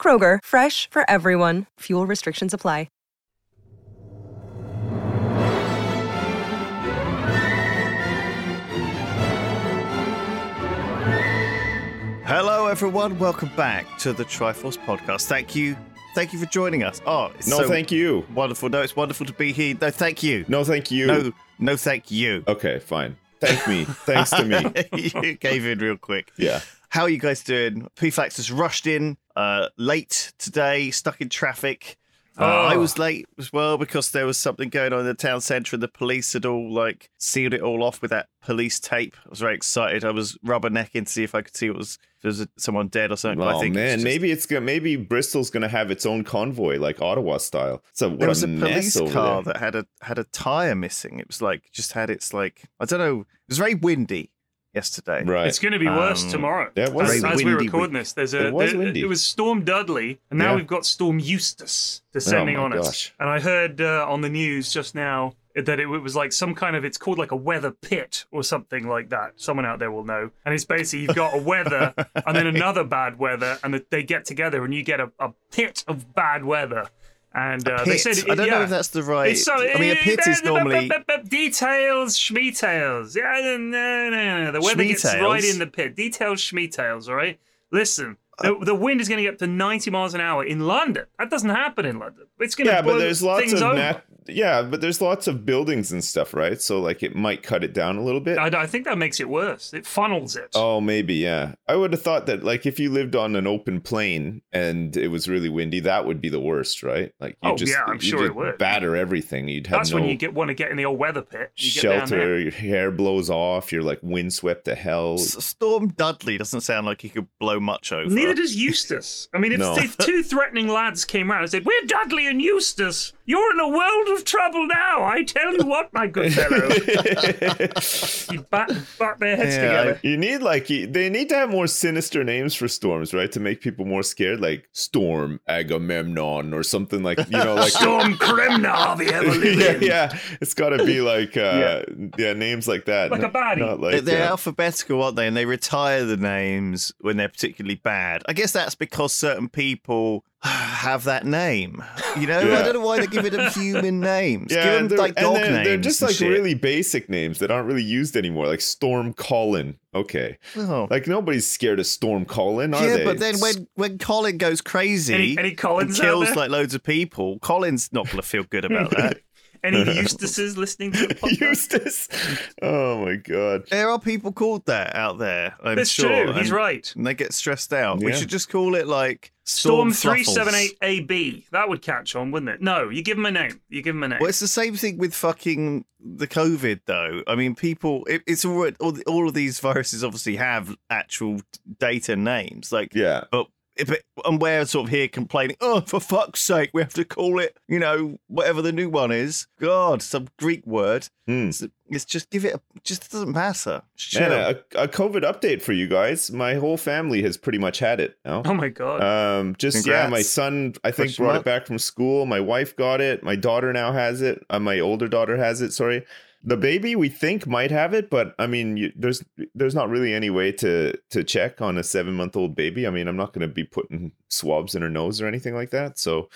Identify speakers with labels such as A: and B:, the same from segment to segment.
A: Kroger, fresh for everyone. Fuel restrictions apply.
B: Hello, everyone. Welcome back to the Triforce podcast. Thank you. Thank you for joining us. Oh, it's
C: No,
B: so
C: thank you.
B: Wonderful. No, it's wonderful to be here. No, thank you.
C: No, thank you.
B: no, no thank you.
C: Okay, fine. Thank me. Thanks to me.
B: you gave in real quick.
C: Yeah.
B: How are you guys doing? PFAX has rushed in uh, late today, stuck in traffic. Uh, I
C: Oh.
B: was late as well because there was something going on in the town centre and the police had all like sealed it all off with that police tape. I was very excited. I was rubbernecking to see if I could see what was if there was someone dead or something. but I
C: Oh
B: think it was
C: man,
B: just-
C: maybe it's gonna maybe Bristol's gonna have its own convoy like Ottawa style. So what
B: there was
C: a,
B: a
C: mess
B: police
C: over
B: car
C: there.
B: that had a had a tire missing. It was like just had its like I don't know. It was very windy yesterday.
C: Right.
D: It's going to be worse
B: Um,
D: tomorrow.
C: Yeah, it was
D: as,
B: very
D: as we're
B: windy
D: recording
B: week.
D: this, there's a
C: It was
D: there-
C: windy.
D: it was Storm Dudley, and now
C: Yeah.
D: we've got Storm Eustace descending
C: Oh my
D: on us.
C: gosh.
D: And I heard uh, on the news just now that it was like some kind of it's called like a weather pit or something like that. Someone out there will know. And it's basically you've got a weather and then another bad weather, and that they get together and you get a, a pit of bad weather. And uh, they
B: Pit.
D: said,
B: I don't know
D: yeah.
B: if that's the right.
D: It's so, eh,
B: I mean, a pit is normally
D: details, schmetails. Yeah, no, no, no, no. The weather gets
B: Schmeetails?
D: right in the pit. Details, schmetails. All right. Listen, the,
C: Uh,
D: the wind is going to get up to ninety miles an hour in London. That doesn't happen in London. It's going to
C: Yeah,
D: blow
C: but there's lots
D: things
C: of
D: over.
C: nat- yeah, but there's lots of buildings and stuff, right? So like it might cut it down a little bit.
D: I, I think that makes it worse. It funnels it.
C: Oh, maybe, yeah. I would have thought that, like, if you lived on an open plain and it was really windy, that would be the worst, right? Like, you
D: Oh,
C: just,
D: yeah, I'm
C: you
D: sure it
C: just
D: would.
C: batter everything. You'd have
D: That's
C: no
D: when you get want to get in the old weather pit. You get down there.
C: shelter. Your hair blows off. You're like windswept to hell.
B: S- Storm Dudley doesn't sound like he could blow much over.
D: Neither does Eustace. I mean, if,
C: No.
D: if two threatening lads came round and said, We're Dudley and Eustace. You're in a world of trouble now. I tell you what, my good fellow. you bat, bat their heads
B: Yeah,
D: together.
C: you need like you- they need to have more sinister names for storms, right? To make people more scared, like Storm Agamemnon or something like you know, like
D: Storm Kremna, the ever
C: yeah,
D: living.
C: yeah, it's got to be like uh, yeah. names like that,
D: Like a baddie.
C: Not
B: They-
C: like
B: They're
C: uh,
B: alphabetical, aren't they? And they retire the names when they're particularly bad. I guess that's because certain people have that name. You know, I
C: Yeah.
B: don't know why they give it them human names.
C: Yeah,
B: give
C: and
B: them
C: they're-
B: like
C: and
B: dog
C: they're,
B: names.
C: They're just
B: and
C: like
B: shit.
C: really basic names that aren't really used anymore, like Storm Colin. Okay,
B: Oh.
C: like nobody's scared of Storm Colin, are
B: yeah,
C: they?
B: but then when when Colin goes crazy
D: Any- any Collins
B: and kills
D: out there?
B: like loads of people, Colin's not going to feel good about that.
D: Any Eustaces listening to the podcast?
C: Eustace, oh my god,
B: there are people called that out there. I'm
D: That's
B: sure.
D: true. He's
B: and-
D: right.
B: And they get stressed out. We
C: Yeah.
B: should just call it like
D: Storm
B: Storm, Thruffles.
D: 378AB. That would catch on, wouldn't it? No, you give him a name. You give him a name.
B: Well, it's the same thing with fucking the COVID, though. I mean, people, it, it's all, all all of these viruses obviously have actual data names, like,
C: yeah.
B: but. If it, and we're sort of here complaining, oh, for fuck's sake, we have to call it, you know, whatever the new one is. God, some Greek word.
C: Hmm.
B: It's, it's just give it, a, just doesn't matter. Chill.
C: Man, a, a COVID update for you guys. My whole family has pretty much had it now.
D: oh, my God.
C: Um, just yeah,
B: Congrats.
C: my son I think
B: Question
C: brought
B: mark?
C: it back from school. My wife got it. My daughter now has it. Uh, my older daughter has it. Sorry, the baby we think might have it, but I mean, you, there's there's not really any way to to check on a seven month old baby. I mean, I'm not going to be putting swabs in her nose or anything like that. So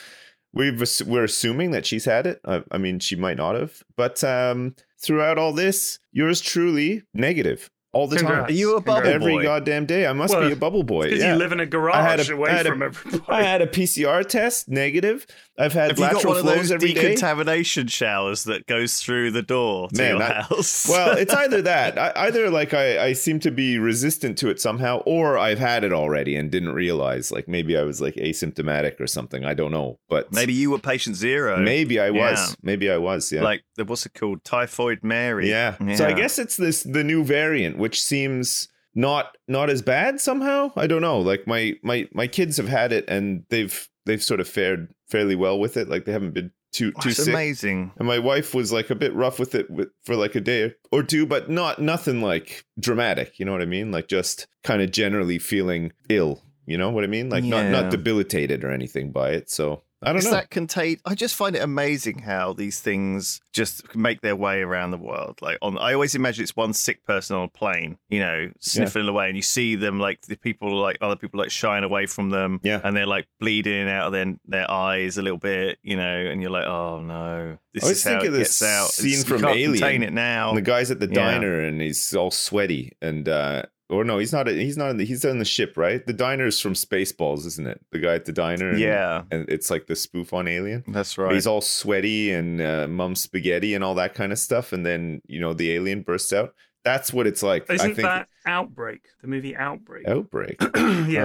C: we've ass- we're assuming that she's had it. I, I mean, she might not have, but um, throughout all this, yours truly negative all the
D: Congrats.
B: Are you a bubble
C: time. Every
B: boy?
C: goddamn day, I must
D: Well,
C: be a bubble boy.
D: Because
C: yeah.
D: you live in
C: I
D: a
C: had
D: garage
C: a- I
D: away
C: had a-
D: from everybody.
C: I had a PCR test negative. I've had
B: Have you got
C: lateral
B: one of
C: flows
B: those
C: every day.
B: decontamination showers that goes through the door to
C: Man,
B: your
C: I-
B: house?
C: well, it's either that, I, either like I, I seem to be resistant to it somehow, or I've had it already and didn't realize. Like maybe I was like asymptomatic or something. I don't know, but
B: maybe you were patient zero.
C: maybe I was.
B: Yeah.
C: Maybe I was. Yeah.
B: like the, what's it called typhoid mary
C: yeah. So I guess it's this the new variant, which seems not not as bad somehow. I don't know. Like my my my kids have had it and they've they've sort of fared fairly well with it. Like they haven't been too too
B: It's
C: sick.
B: amazing.
C: And my wife was like a bit rough with it with, for like a day or two, but not nothing like dramatic. You know what I mean? Like just kind of generally feeling ill. You know what I mean? Like not
B: Yeah.
C: not debilitated or anything by it. So I don't
B: Is
C: know.
B: that contained? I just find it amazing how these things just make their way around the world. Like on, I always imagine it's one sick person on a plane, you know, sniffing away, and you see them like the people, like other people, like shying away from them,
C: Yeah.
B: and they're like bleeding out of their their eyes a little bit, you know, and you're like, oh no, this
C: I always
B: is how
C: think
B: it
C: of this
B: gets out.
C: scene
B: It's- you
C: from
B: can't
C: Alien.
B: Contain it now.
C: And the guy's at the
B: Yeah.
C: diner and he's all sweaty and uh or no, he's not. He's not. In the, he's on the ship, right? The diner's from Spaceballs, isn't it? The guy at the diner. and-
B: yeah,
C: and it's like the spoof on Alien.
B: that's
C: But
B: right.
C: He's all sweaty and uh, mum spaghetti and all that kind of stuff. And then, you know, the alien bursts out. That's what it's like. I
D: Isn't
C: think
D: that Outbreak? The movie Outbreak.
C: outbreak.
D: yeah,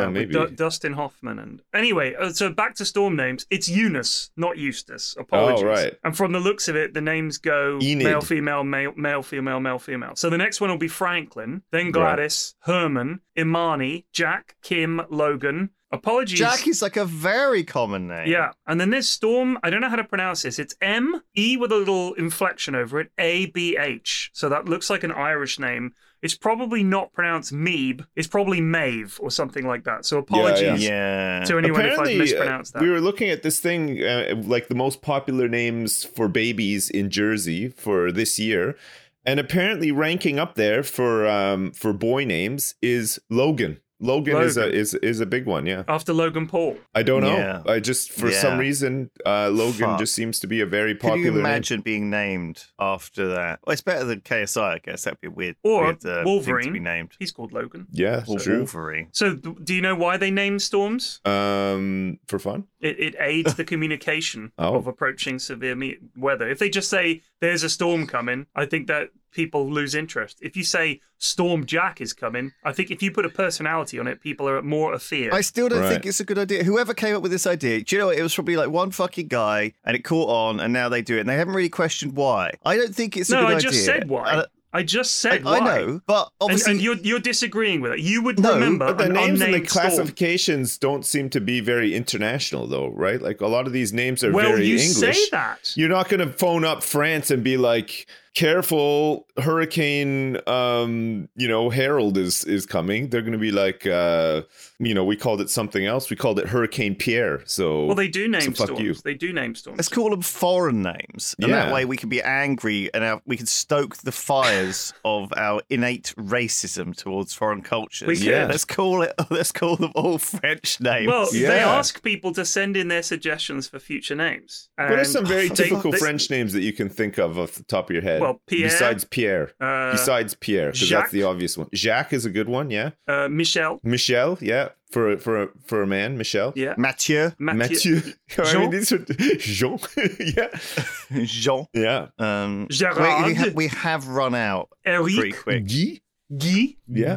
C: Oh,
D: with
C: maybe.
D: Du- Dustin Hoffman and anyway. uh, So back to storm names. It's Eunice, not Eustace. Apologies.
C: Oh, right.
D: And from the looks of it, the names go
C: Enid.
D: male, female, male, male, female, male, female. So the next one will be Franklin, then
C: Right.
D: Gladys, Herman, Imani, Jack, Kim, Logan. Apologies.
B: Jack is like a very common name.
D: Yeah, and then there's Storm. I don't know how to pronounce this. It's M E with a little inflection over it. A B H. So that looks like an Irish name. It's probably not pronounced Meeb. It's probably Mave or something like that. So apologies
B: yeah.
D: to anyone if I
C: Apparently, uh,
D: mispronounced that.
C: we were looking at this thing, uh, like the most popular names for babies in Jersey for this year. And apparently, ranking up there for um, for boy names is Logan. Logan, is a
D: Logan.
C: is is a big one, yeah.
D: After Logan Paul.
C: I don't know.
B: Yeah.
C: I just for
B: Yeah.
C: some reason, uh, Logan
B: Fuck.
C: just seems to be a very
B: Could
C: popular.
B: you
C: name.
B: imagine being named after that? Well, it's better than KSI, I guess. That'd be a weird.
D: Or
B: weird, uh, Thing to
D: Wolverine.
B: be named.
D: He's called Logan.
C: Yeah,
B: Or
C: true.
B: Wolverine.
D: So th- do you know why they named storms?
C: Um, for fun.
D: It, it aids the communication
C: Oh.
D: of approaching severe me- weather. If they just say there's a storm coming, I think that people lose interest. If you say Storm Jack is coming, I think if you put a personality on it, people are more afeared.
B: I still don't
C: Right.
B: think it's a good idea. Whoever came up with this idea, do you know what? It was probably like one fucking guy, and it caught on, and now they do it, and they haven't really questioned why. I don't think it's a
D: no,
B: good
D: I just
B: idea.
D: said why.
C: Uh,
B: And
D: I just
B: I,
D: said
B: I
D: why.
B: know, but
D: And,
B: obviously,
D: and you're you're disagreeing with it. You would
B: No,
D: remember
C: But the
D: Uh, an
C: names and
D: unnamed
C: the
D: storm.
C: classifications don't seem to be very international, though, right? Like a lot of these names are
D: Well,
C: very
D: you
C: English.
D: say that.
C: You're not going to phone up France and be like, "Careful, Hurricane, um, you know, Harold is is coming." They're going to be like, uh, you know, we called it something else. We called it Hurricane Pierre. So,
D: well, they do name
C: so fuck
D: storms.
C: you.
D: They do name storms.
B: let's call them foreign names, and
C: Yeah.
B: that way we can be angry and our, we can stoke the fires of our innate racism towards foreign cultures.
D: We could.
C: Yeah.
B: Let's call it. Let's call them all French names.
D: Well, they
C: Yeah.
D: ask people to send in their suggestions for future names. And,
C: what are some very
B: They-
C: typical
B: they-
C: French names that you can think of off the top of your head?
D: Well, Pierre.
C: besides Pierre,
D: uh,
C: besides Pierre, because that's
D: Jacques.
C: the obvious one. Jacques is a good one, yeah.
D: uh, Michel?
C: Michelle, yeah, for a- for a- for a man, Michelle.
D: Yeah,
B: Mathieu,
D: Mathieu,
C: Mathieu, I mean,
D: Jean.
C: these are Jean, yeah,
B: Jean.
C: yeah,
B: Um,
D: Gerard.
B: We, we, have, we have run out pretty
D: Eric,
B: quick.
C: Guy,
D: Guy,
C: yeah,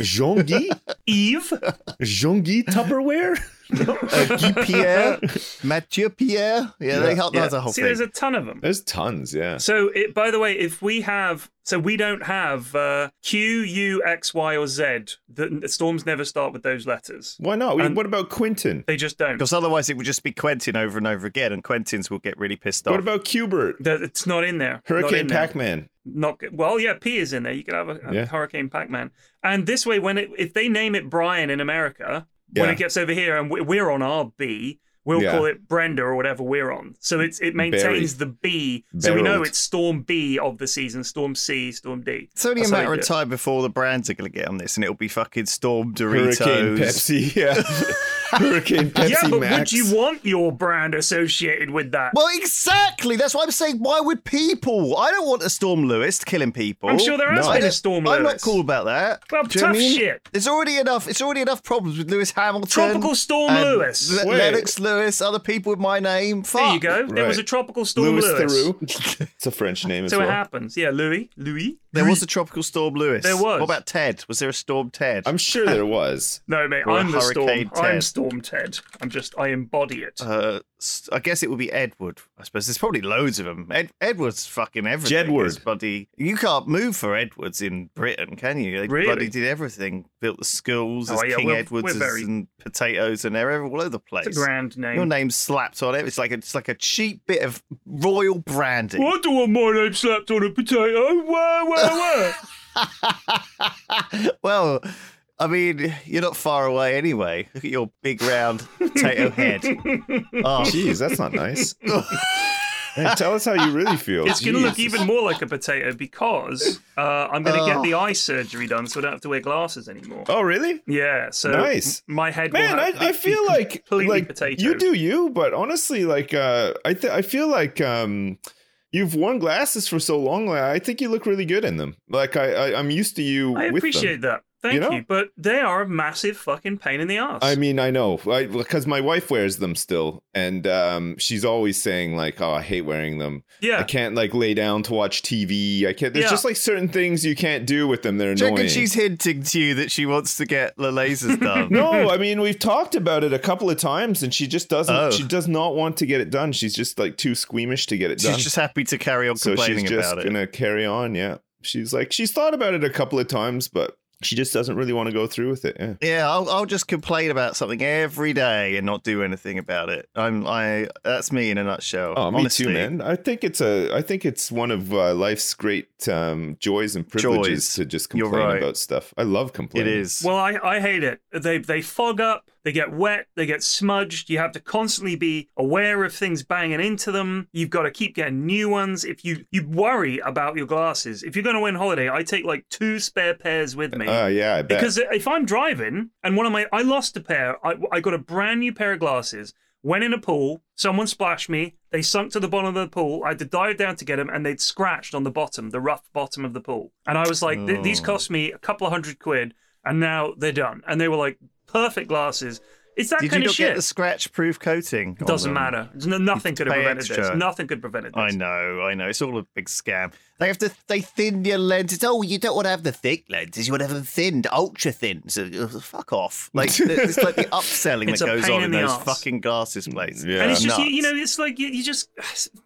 C: Jean Guy,
D: Yves,
C: Jean Guy Tupperware.
B: Uh, Guy Pierre, Mathieu Pierre. Yeah, they
C: Yeah.
B: helped. That's a whole
D: See,
B: thing.
D: there's a ton of them.
C: There's tons, yeah.
D: So, it, by the way, if we have, so we don't have uh, Q, U, X, Y, or Z. The, the storms never start with those letters.
C: Why not? We,
D: And-
C: what about Quentin?
D: They just don't.
B: Because otherwise, it would just be Quentin over and over again, and Quentin's will get really pissed off.
C: What about Cubert?
D: That- It's not in there. not
C: Hurricane
D: in there.
C: Pac-Man.
D: Not good. Well, yeah, P is in there. You could have a, a
C: Yeah.
D: Hurricane Pac-Man. And this way, when it, if they name it Brian in America, when
C: Yeah.
D: it gets over here and we- we're on our B, we'll
C: Yeah.
D: call it Brenda or whatever we're on. So it's it maintains the B, so we know
C: Barreled.
D: it's Storm B of the season, Storm C, Storm D.
B: It's only a
D: That's how
B: matter
D: they
B: of
D: do it.
B: time before the brands are going to get on this, and it'll be fucking Storm Doritos.
C: Hurricane Pepsi, yeah. Hurricane Pepsi
D: yeah, but
C: Max.
D: would you want your brand associated with that?
B: Well, exactly. That's why I'm saying, why would people? I don't want a Storm Lewis killing people.
D: I'm sure there has
B: I
D: been a
B: don't-
D: Storm
B: I'm not
D: Lewis.
B: cool about that.
D: Well,
B: Do you know what
D: tough
B: I mean?
D: shit.
B: There's already enough. It's already enough problems with Lewis Hamilton,
D: Tropical Storm
B: and
D: Lewis.
B: Le-
C: Wait.
B: Lennox Lewis, other people with my name. Fuck.
D: there you go. There was
C: Right.
D: a tropical storm,
C: Louis
D: Lewis.
C: Theroux? It's a French name as
D: So it
C: well.
D: happens. Yeah, Louis, Louis.
B: There was a tropical storm, Lewis.
D: There was.
B: What about Ted? Was there a storm, Ted?
C: I'm sure there was.
D: No, mate,
B: Or a
D: I'm the storm.
B: Hurricane Ted.
D: I'm Storm Ted. I'm just, I embody it.
B: Uh, s- I uh, guess it would be Edward. I suppose there's probably loads of them. Ed- Edwards fucking everything.
C: Jedward.
B: It's Bloody, you can't move for Edwards in Britain, can you? They
D: Really?
B: bloody did everything. Built the schools,
D: Oh,
B: as
D: yeah,
B: King
D: we're-
B: Edwards
D: we're very-
B: and potatoes, and they're all over the place.
D: It's a grand name.
B: Your name's slapped on it. It's like a, it's like a cheap bit of royal brandy.
D: Well, I don't want my name slapped on a potato. Where, where, where?
B: well, I mean, you're not far away anyway. Look at your big round potato head. Oh,
C: Jeez, that's not nice. Man, tell us how you really feel.
D: It's going to look
C: Jesus.
D: even more like a potato because uh, I'm going to
B: Oh.
D: get the eye surgery done, so I don't have to wear glasses anymore.
C: Oh, really?
D: Yeah, so
C: Nice.
D: m- my head. will
C: Man, I,
D: have-
C: I
D: be-
C: feel
D: be
C: like
D: completely
C: like
D: potato.
C: you do you, but honestly, like uh, I th- I feel like um, you've worn glasses for so long. Like, I think you look really good in them. Like I, I I'm used to you. with
D: I
C: them.
D: appreciate that. Thank
C: You
D: you,
C: know?
D: but they are a massive fucking pain in the ass.
C: I mean, I know, because my wife wears them still, and um, she's always saying like, "Oh, I hate wearing them. I
D: yeah,
C: can't like lay down to watch TV. I can't." There's
D: Yeah.
C: just like certain things you can't do with them. They're
B: do you
C: annoying.
B: reckon she's hinting to you that she wants to get the lasers done?
C: no, I mean we've talked about it a couple of times, and she just doesn't.
B: Oh.
C: She does not want to get it done. She's just like too squeamish to get it done.
B: She's just happy to carry on
C: so
B: complaining
C: she's just
B: about it.
C: gonna carry on. Yeah, she's like she's thought about it a couple of times, but she just doesn't really want to go through with it. Yeah.
B: Yeah, I'll, I'll just complain about something every day and not do anything about it. I'm I that's me in a nutshell.
C: Oh, me
B: honestly.
C: too, man. I think it's a. I think it's one of uh, life's great um, joys and privileges
B: Joys.
C: to just
B: You're
C: complain
B: right.
C: about stuff. I love
B: It
C: complaining.
B: is.
D: well, I, I hate it. They they fog up, they get wet, they get smudged. You have to constantly be aware of things banging into them. You've got to keep getting new ones. If you you worry about your glasses, if you're going to win holiday, I take like two spare pairs with me.
C: Oh yeah, I bet.
D: Because if I'm driving and one of my, I lost a pair. I, I got a brand new pair of glasses. Went in a pool. Someone splashed me. They sunk to the bottom of the pool. I had to dive down to get them, and they'd scratched on the bottom, the rough bottom of the pool. And I was like, "Th- these
B: Oh.
D: cost me a couple of hundred quid, and now they're done. And they were like perfect glasses. It's that
B: Did you
D: kind
B: not
D: of
B: get
D: shit.
B: the scratch proof coating? Oh, on
D: Doesn't
B: them?
D: matter. There's no- nothing could have
B: pay
D: prevented
B: extra.
D: this. Nothing could have prevented this.
B: I know, I know. It's all a big scam. They have to they thin your lenses. Oh, you don't want to have the thick lenses. You want to have them thinned, ultra thin. So uh, fuck off. Like it's like the upselling
D: It's
B: that
D: a
B: goes
D: pain
B: on
D: in
B: in
D: the
B: those
D: arse.
B: fucking glasses places.
C: Yeah.
D: And it's just you,
B: Nuts.
D: you know, it's like you, you just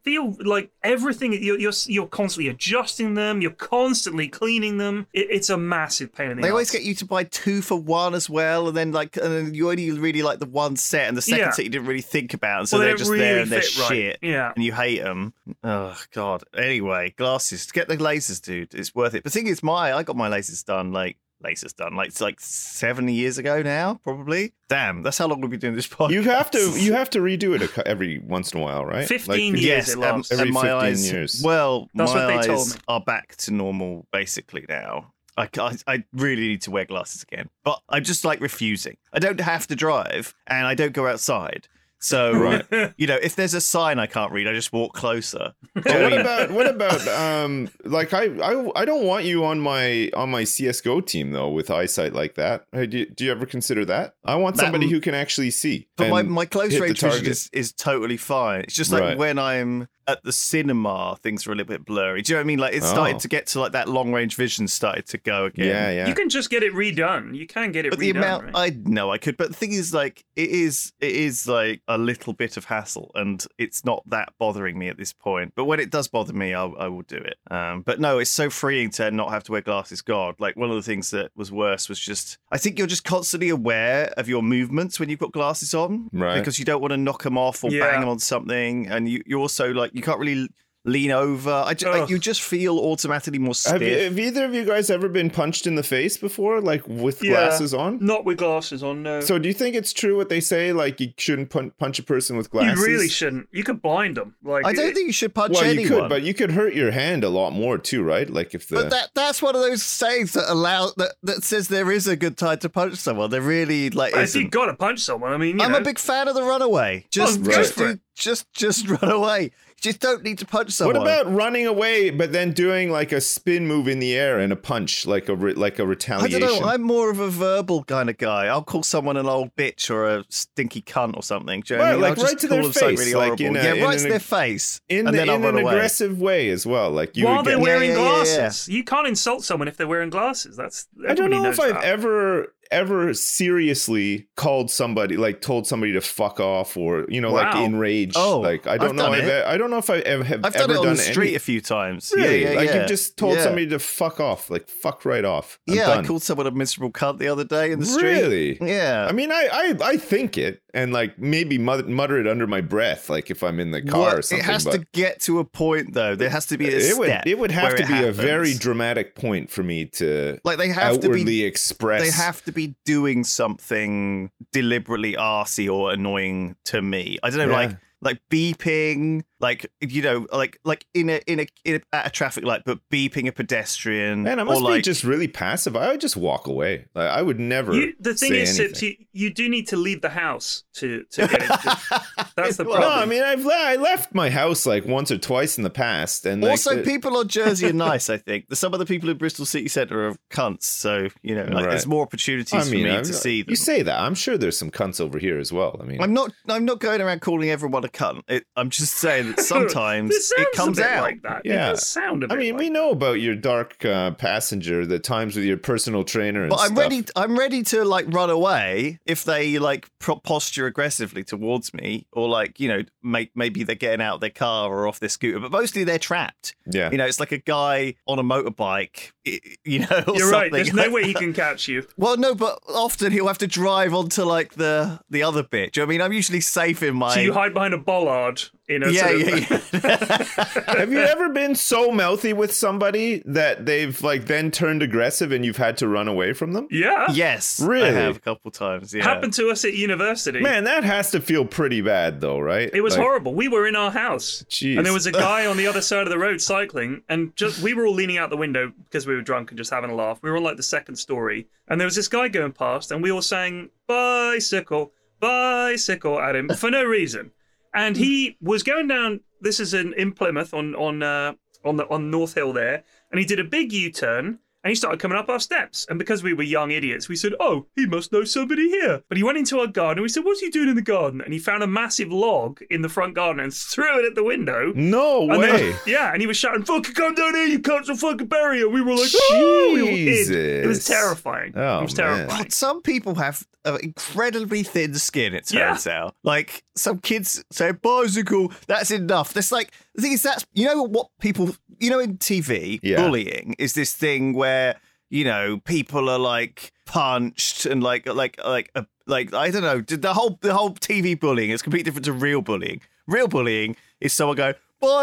D: feel like everything you're, you're you're constantly adjusting them, you're constantly cleaning them. It, it's a massive pain in the.
B: They always
D: arse.
B: get you to buy two for one as well, and then like, and then you only really like the one set, and the second
D: Yeah.
B: set you didn't really think about, and so
D: Well, they
B: they're
D: don't
B: just
D: really
B: there and they're
D: fit right.
B: shit,
D: Yeah.
B: and you hate them. Oh god. Anyway, glasses. Get the lasers, dude. It's worth it. But the thing is, my I got my lasers done like lasers done like it's like seven years ago now, probably. Damn, that's how long we've been doing this podcast.
C: you have to you have to redo it a, cou- every once in a while, right?
D: 15
C: Like,
D: years.
B: Yes,
D: it
B: um,
D: lasts.
B: and
C: Every
B: my
C: 15
B: eyes.
C: years.
B: Well,
D: That's
B: my
D: what they
B: eyes
D: told me.
B: are back to normal basically now. I, ca- I, I really need to wear glasses again, but I'm just like refusing. I don't have to drive, and I don't go outside. So,
C: Right.
B: you know, if there's a sign I can't read, I just walk closer. Do you know what
C: But what
B: I mean?
C: about what about um like I, I I don't want you on my on my CS:GO team though with eyesight like that. Hey, do, you- do you ever consider that? I want
B: That-
C: somebody who can actually see.
B: But my,
C: And-
B: my close
C: hit the
B: range vision
C: target.
B: is, is totally fine. It's just like
C: Right.
B: when I'm at the cinema, things are a little bit blurry. Do you know what I mean? Like it started
C: Oh.
B: to get to like that long range vision started to go again.
C: yeah, yeah.
D: You can just get it redone. You can get it
B: but
D: redone.
B: the amount
D: right?
B: I know I could, but the thing is, like, it is, it is like a little bit of hassle, and it's not that bothering me at this point. But when it does bother me, I, I will do it. Um, but no, it's so freeing to not have to wear glasses. God, like one of the things that was worse was just, I think you're just constantly aware of your movements when you've got glasses on,
C: Right.
B: Because you don't want to knock them off or bang 'em
D: Yeah.
B: bang them on something, and you, you also like you can't really lean over. I ju- like,
D: Ugh.
B: you just feel automatically more stiff.
C: Have, you, have either of you guys ever been punched in the face before, like with
D: Yeah.
C: glasses on?
D: Not with glasses on. No.
C: So, do you think it's true what they say? Like, you shouldn't pun- punch a person with
D: you
C: glasses.
D: really shouldn't. You could blind them. Like
B: I don't
D: it-
B: think you should punch
C: Well,
B: anyone.
C: you could, but you could hurt your hand a lot more too, right? Like if the
B: But that that's one of those sayings that allow that, that says there is a good time to punch someone. There really like
D: If you
B: isn't.
D: got to punch someone, I mean, you
B: I'm
D: know,
B: a big fan of the runaway. Just
D: go
B: just,
D: for
B: do,
D: it.
B: just just run away. You just don't need to punch someone.
C: What about running away, but then doing like a spin move in the air and a punch, like a re- like a
B: I
C: retaliation?
B: don't know. I'm more of a verbal kind of guy. I'll call someone an old bitch or a stinky cunt or something. Do you know what I
C: Right,
B: mean?
C: like
B: I'll just
C: right to
B: call
C: their
B: them something
C: face,
B: really
C: like
B: horrible.
C: in a-
B: yeah,
C: in
B: right
C: an
B: to
C: ag-
B: their face,
C: in
B: and
C: the,
B: then
C: in
B: I'll run
C: an
B: away.
C: aggressive way as well. Like you
D: while
C: would
D: they're
C: get.
B: Yeah,
D: wearing
B: yeah, yeah, yeah.
D: glasses, you can't insult someone if they're wearing glasses. That's
C: I don't
D: everybody
C: know if
D: knows
C: I've
D: that.
C: ever ever seriously called somebody like told somebody to fuck off or you know like
D: Wow.
C: enraged
B: Oh,
C: like i
B: I've
C: don't know
B: done
C: I've,
B: it.
C: i don't know if i have, have
B: I've done
C: ever
B: it on
C: done
B: the street a few times.
C: any, really
B: Yeah, yeah,
C: like
B: yeah.
C: you've just told
B: Yeah.
C: somebody to fuck off like fuck right off I'm
B: yeah,
C: done.
B: I called someone a miserable cunt the other day in the street.
C: Really?
B: Yeah.
C: I mean, I, I I think it, and like maybe mutter, mutter it under my breath, like if I'm in the car or
B: What-
C: something.
B: it has
C: but
B: to get to a point though. There has to be a
C: it
B: step.
C: would it would have
B: where
C: to
B: it
C: be a very
B: happens.
C: dramatic point for me to
B: like they have to
C: outwardly
B: be
C: express.
B: they have to be doing something deliberately arsy or annoying to me. I don't know,
C: Yeah.
B: like like beeping, like you know, like like in a in a, in a at a traffic light, but beeping a pedestrian.
C: Man, I
B: or
C: must be
B: like,
C: just really passive. I would just walk away. Like, I would never.
D: You, the thing
C: say
D: is, Sips,
C: anything.
D: you, you do need to leave the house to, to get it. That's the
B: Well,
D: problem.
C: no, I mean I've le- I left my house like once or twice in the past, and like,
B: also,
C: the-
B: people on Jersey are nice. I think some of the people in Bristol city centre are cunts, so you know, like,
C: Right.
B: there's more opportunities
C: I
B: for
C: mean,
B: me
C: I'm-
B: to see them.
C: you say that. I'm sure there's some cunts over here as well. I mean,
B: I'm not. I'm not going around calling everyone a cunt. It, I'm just saying that sometimes
D: This sounds
B: it comes
D: a bit
B: out.
D: like that.
C: Yeah.
D: It does sound a
C: I
D: bit
C: mean,
D: like
C: we know about your dark uh, passenger, the times with your personal trainer. And
B: but I'm
C: stuff.
B: ready. I'm ready to like run away if they like pro- posture aggressively towards me, or like you know, make, maybe they're getting out of their car or off their scooter. But mostly they're trapped.
C: Yeah.
B: You know, it's like a guy on a motorbike. i- You know, or
D: You're right.
B: something
D: There's
B: like
D: no way he
B: that.
D: can catch you.
B: Well, no, but often he'll have to drive onto like the the other bit. Do you know what I mean? I'm usually safe in my.
D: So you hide behind a bollard in a
B: yeah,
D: sort of,
B: yeah, yeah.
C: Have you ever been so mouthy with somebody that they've like then turned aggressive and you've had to run away from them?
D: yeah.
B: yes, I
C: Really?
B: have a couple times. Yeah.
D: Happened to us at university.
C: Man, that has to feel pretty bad though, right?
D: It was
C: Like,
D: horrible. We were in our house,
C: Jeez.
D: and there was a guy on the other side of the road cycling, and just we were all leaning out the window because we were drunk and just having a laugh. We were on like the second story, and there was this guy going past, and we all sang bicycle, bicycle at him for no reason, and he was going down. This is in, in Plymouth on on uh, on the on North Hill there, and he did a big U turn. And he started coming up our steps. And because we were young idiots, we said, Oh, he must know somebody here. But he went into our garden and we said, What's he doing in the garden? And he found a massive log in the front garden and threw it at the window.
C: No
D: And then-
C: way.
D: yeah, and he was shouting, Fucking come down here, you can't fucking bury her. We were like, Oh, we all hid. It, was
C: Jesus.
D: terrifying.
C: Oh,
D: it was
C: man.
D: terrifying.
B: God, some people have uh, incredibly thin skin. It
D: Yeah.
B: turns out, like some kids say bicycle. That's enough. That's like the thing is that's you know what people you know in TV
C: Yeah.
B: bullying is this thing where you know people are like punched and like like like uh, like I don't know the whole the whole TV bullying is completely different to real bullying. Real bullying is someone going.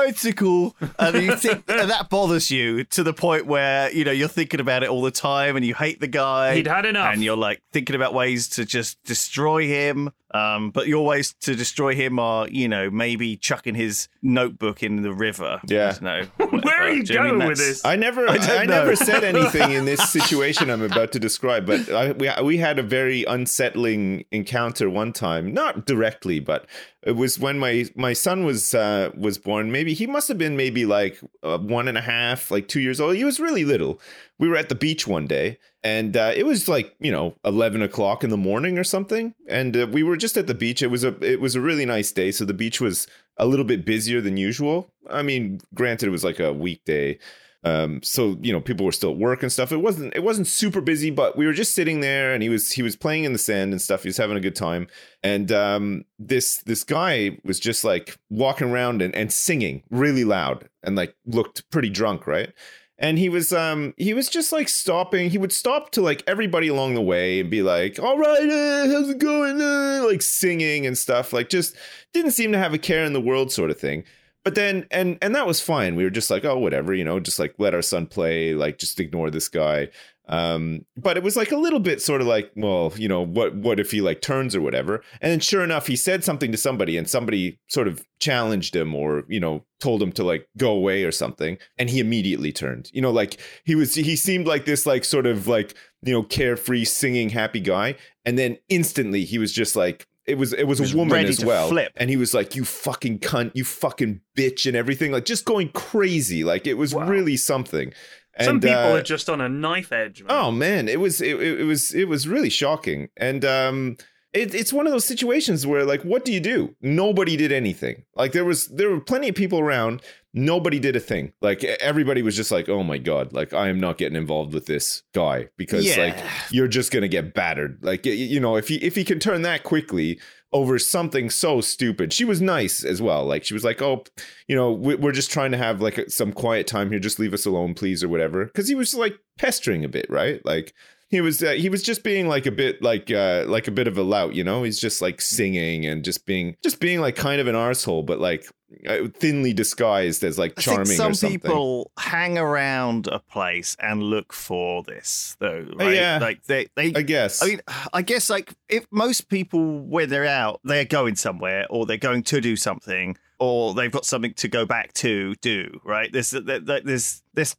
B: Bicycle, and you think and that bothers you to the point where you know you're thinking about it all the time, and you hate the guy.
D: He'd had enough.
B: And you're like thinking about ways to just destroy him. Um, but your ways to destroy him are, you know, maybe chucking his notebook in the river.
C: Yeah.
B: No.
D: Where are you going with this?
C: I never,
B: I
C: I,
B: don't
C: I
B: know.
C: never said anything in this situation I'm about to describe. But I, we we had a very unsettling encounter one time, not directly, but it was when my my son was uh, was born. Maybe he must have been maybe like uh, one and a half, like two years old. He was really little. We were at the beach one day, and uh, it was like you know eleven o'clock in the morning or something. And uh, we were just at the beach. It was a it was a really nice day, so the beach was a little bit busier than usual. I mean, granted, it was like a weekday, um so you know people were still at work and stuff it wasn't it wasn't super busy but we were just sitting there and he was he was playing in the sand and stuff he was having a good time and um this this guy was just like walking around and, and singing really loud and like looked pretty drunk right and he was um he was just like stopping he would stop to like everybody along the way and be like all right uh, how's it going uh, like singing and stuff like just didn't seem to have a care in the world sort of thing but then and and that was fine we were just like oh whatever you know just like let our son play like just ignore this guy um but it was like a little bit sort of like well you know what what if he like turns or whatever and then sure enough he said something to somebody and somebody sort of challenged him or you know told him to like go away or something and he immediately turned you know like he was he seemed like this like sort of like you know carefree singing happy guy and then instantly he was just like it was it was
B: He was
C: a woman
B: ready
C: as
B: to
C: well
B: flip.
C: and he was like you fucking cunt you fucking bitch and everything like just going crazy like it was
D: Wow.
C: really something and
D: Some people
C: uh,
D: are just on a knife edge. Man.
C: Oh man, it was it, it it was it was really shocking. And um it, it's one of those situations where like what do you do nobody did anything like there was there were plenty of people around nobody did a thing like e- everybody was just like oh my god like i am not getting involved with this guy because
B: Yeah.
C: like you're just gonna get battered like y- you know if he if he can turn that quickly over something so stupid she was nice as well like she was like oh you know we- we're just trying to have like some quiet time here just leave us alone please or whatever because he was like pestering a bit right like he was uh, he was just being like a bit like uh like a bit of a lout you know he's just like singing and just being just being like kind of an arsehole but like uh, thinly disguised as like
B: I
C: charming
B: think some
C: or something
B: people hang around a place and look for this, though.
C: Uh,
B: Right?
C: yeah.
B: like they, they
C: i guess
B: I mean, I guess like if most people, when they're out, they're going somewhere or they're going to do something or they've got something to go back to do, right? There's, there- there- there's, this.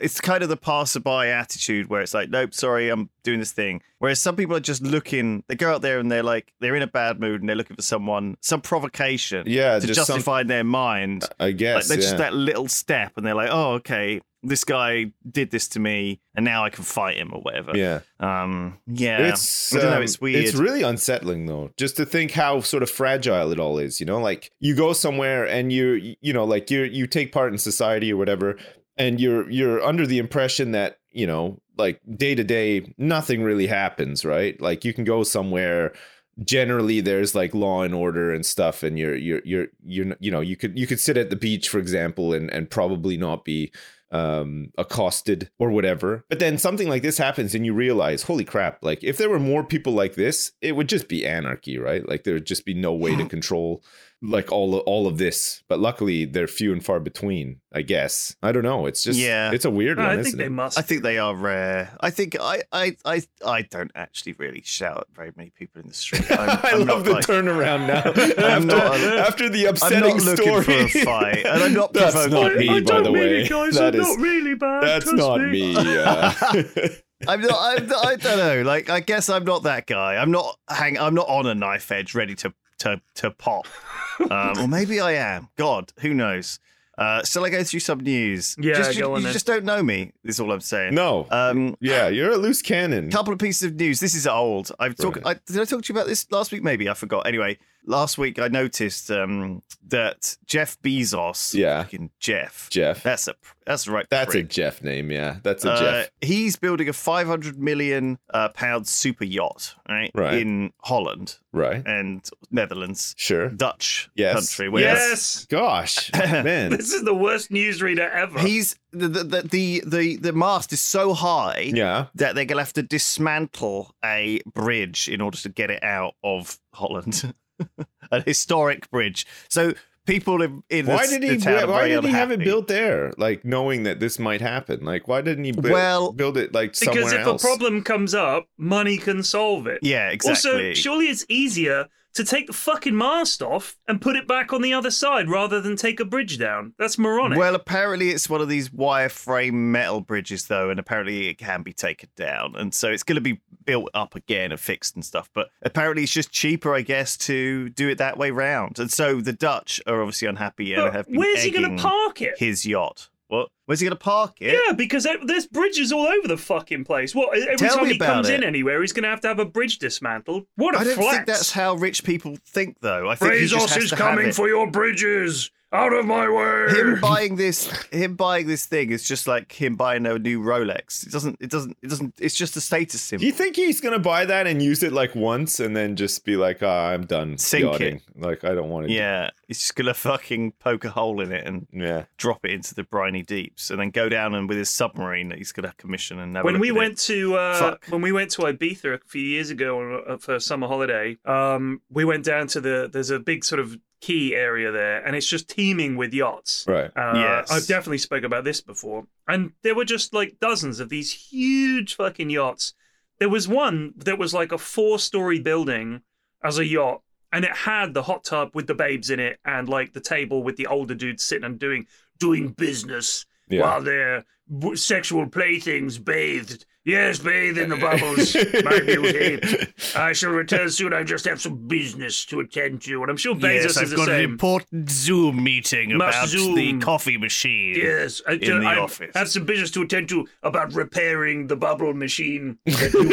B: It's kind of the passerby attitude where it's like, nope, sorry, I'm doing this thing. Whereas some people are just looking, they go out there and they're like, they're in a bad mood and they're looking for someone, some provocation
C: yeah
B: to
C: just some-
B: justify their mind.
C: i
B: Like
C: guess
B: they're
C: yeah.
B: just that little step and they're like, oh, okay, this guy did this to me and now I can fight him or whatever.
C: yeah
B: Um, yeah,
C: It's
B: I don't know,
C: um,
B: it's weird.
C: really unsettling though, just to think how sort of fragile it all is. You know, like you go somewhere and you you know like you you take part in society or whatever, and you're you're under the impression that you know like day to day nothing really happens, right? Like you can go somewhere generally there's like law and order and stuff and you're you're you're you're n- you know you could you could sit at the beach for example and and probably not be um accosted or whatever but then something like this happens and you realize holy crap like if there were more people like this it would just be anarchy right like there would just be no way to control like all all of this but luckily they're few and far between i guess i don't know it's just
B: Yeah.
C: it's a weird
D: No,
C: one
D: I think
C: isn't
D: they
C: it
D: must.
B: I think they are rare. I think I, I, I, I don't actually really shout at very many people in the street. I'm,
C: i
B: I'm
C: love
B: not
C: the
B: like,
C: turnaround now after,
B: I'm not-
C: after the
B: I'm
C: upsetting
B: not looking
C: story
B: for a fight, and I'm not
C: That's
B: provoking
C: not me,
D: I, I
B: people.
D: don't
C: the
D: mean
C: way.
D: it, guys.
C: That
D: I'm
C: is-
D: not really bad.
C: that's
D: trust
C: not
D: me.
C: me uh,
B: I'm not. I'm not I don't know. Like, I guess I'm not that guy. I'm not hang. I'm not on a knife edge, ready to to to pop. Um, or maybe I am. God, who knows? Uh, shall I go through some news?
D: Yeah,
B: just, you,
D: go on
B: you
D: then.
B: just don't know me. Is all I'm saying.
C: no
B: Um,
C: yeah you're a loose cannon
B: couple of pieces of news. This is old. I've talked. I, did I talk to you about this last week? Maybe I forgot. Anyway, last week I noticed um, that Jeff Bezos.
C: Yeah.
B: fucking Jeff.
C: jeff
B: That's a that's the right.
C: that's a
B: prick.
C: jeff name yeah that's a
B: Uh,
C: jeff
B: he's building a 500 million uh, pound super yacht, right?
C: Right.
B: In Holland
C: right
B: and Netherlands,
C: sure
B: Dutch
C: Yes.
B: country. where-
D: Yes.
C: Gosh, man.
D: This is the worst newsreader ever.
B: He's the the, the the the mast is so high
C: yeah.
B: that they're gonna have to dismantle a bridge in order to get it out of Holland, a historic bridge. So people in, in
C: Why
B: the,
C: did
B: the
C: he?
B: town
C: Why,
B: are very
C: did he have it
B: unhappy.
C: built there? Like knowing that this might happen. Like why didn't he bu-
B: Well-
C: build it like somewhere
D: because if
C: else?
D: a problem comes up, money can solve it.
B: Yeah, exactly.
D: Also, surely it's easier to take the fucking mast off and put it back on the other side rather than take a bridge down. That's moronic.
B: well, apparently it's one of these wireframe metal bridges, though, and apparently it can be taken down, and so it's going to be built up again and fixed and stuff. But apparently it's just cheaper, I guess, to do it that way round. And so the Dutch are obviously unhappy and
D: But
B: have been
D: where's he going
B: egging
D: to park it?
B: his yacht. What? Where's he going to park it?
D: Yeah, because there- there's bridges all over the fucking place. What? e-, Every
B: Tell
D: time
B: me
D: he comes
B: about
D: in
B: it.
D: anywhere, he's going to have to have a bridge dismantled. What a
B: I don't
D: flex!
B: think that's how rich people think, though. I think he just
D: Bezos
B: has
D: is
B: to have
D: coming
B: it.
D: for your bridges. Out of my way.
B: him buying this. Him buying this thing is just like him buying a new Rolex. It doesn't. It doesn't. It doesn't. It's just a status
C: Do
B: symbol.
C: you think he's gonna buy that and use it like once and then just be like, ah, I'm done
B: Sink
C: yachting. Like I don't want to.
B: yeah, he's just gonna fucking poke a hole in it and
C: Yeah.
B: drop it into the briny deeps, and then go down and with his submarine that he's gonna commission and have a
D: when
B: look
D: we
B: at
D: went to uh,
B: Fuck.
D: when we went to Ibiza a few years ago on, uh, for a summer holiday, um, we went down to the there's a big sort of key area there, and it's just teeming with yachts.
C: Right.
D: Uh,
B: Yes.
D: I've definitely spoke about this before, and there were just like dozens of these huge fucking yachts. There was one that was like a four-story building as a yacht, and it had the hot tub with the babes in it, and like the table with the older dudes sitting and doing doing business
C: Yeah.
D: while their w- sexual playthings bathed
E: Yes, bathe in the bubbles, my beauty. I shall return soon. I just have some business to attend to, and I'm sure Bezos
F: yes, I've
E: is the
F: got an
E: same.
F: important Zoom meeting
E: Must
F: about the
E: Zoom.
F: coffee machine.
E: Yes, I,
F: in the
E: I
F: office.
E: have some business to attend to about repairing the bubble machine that you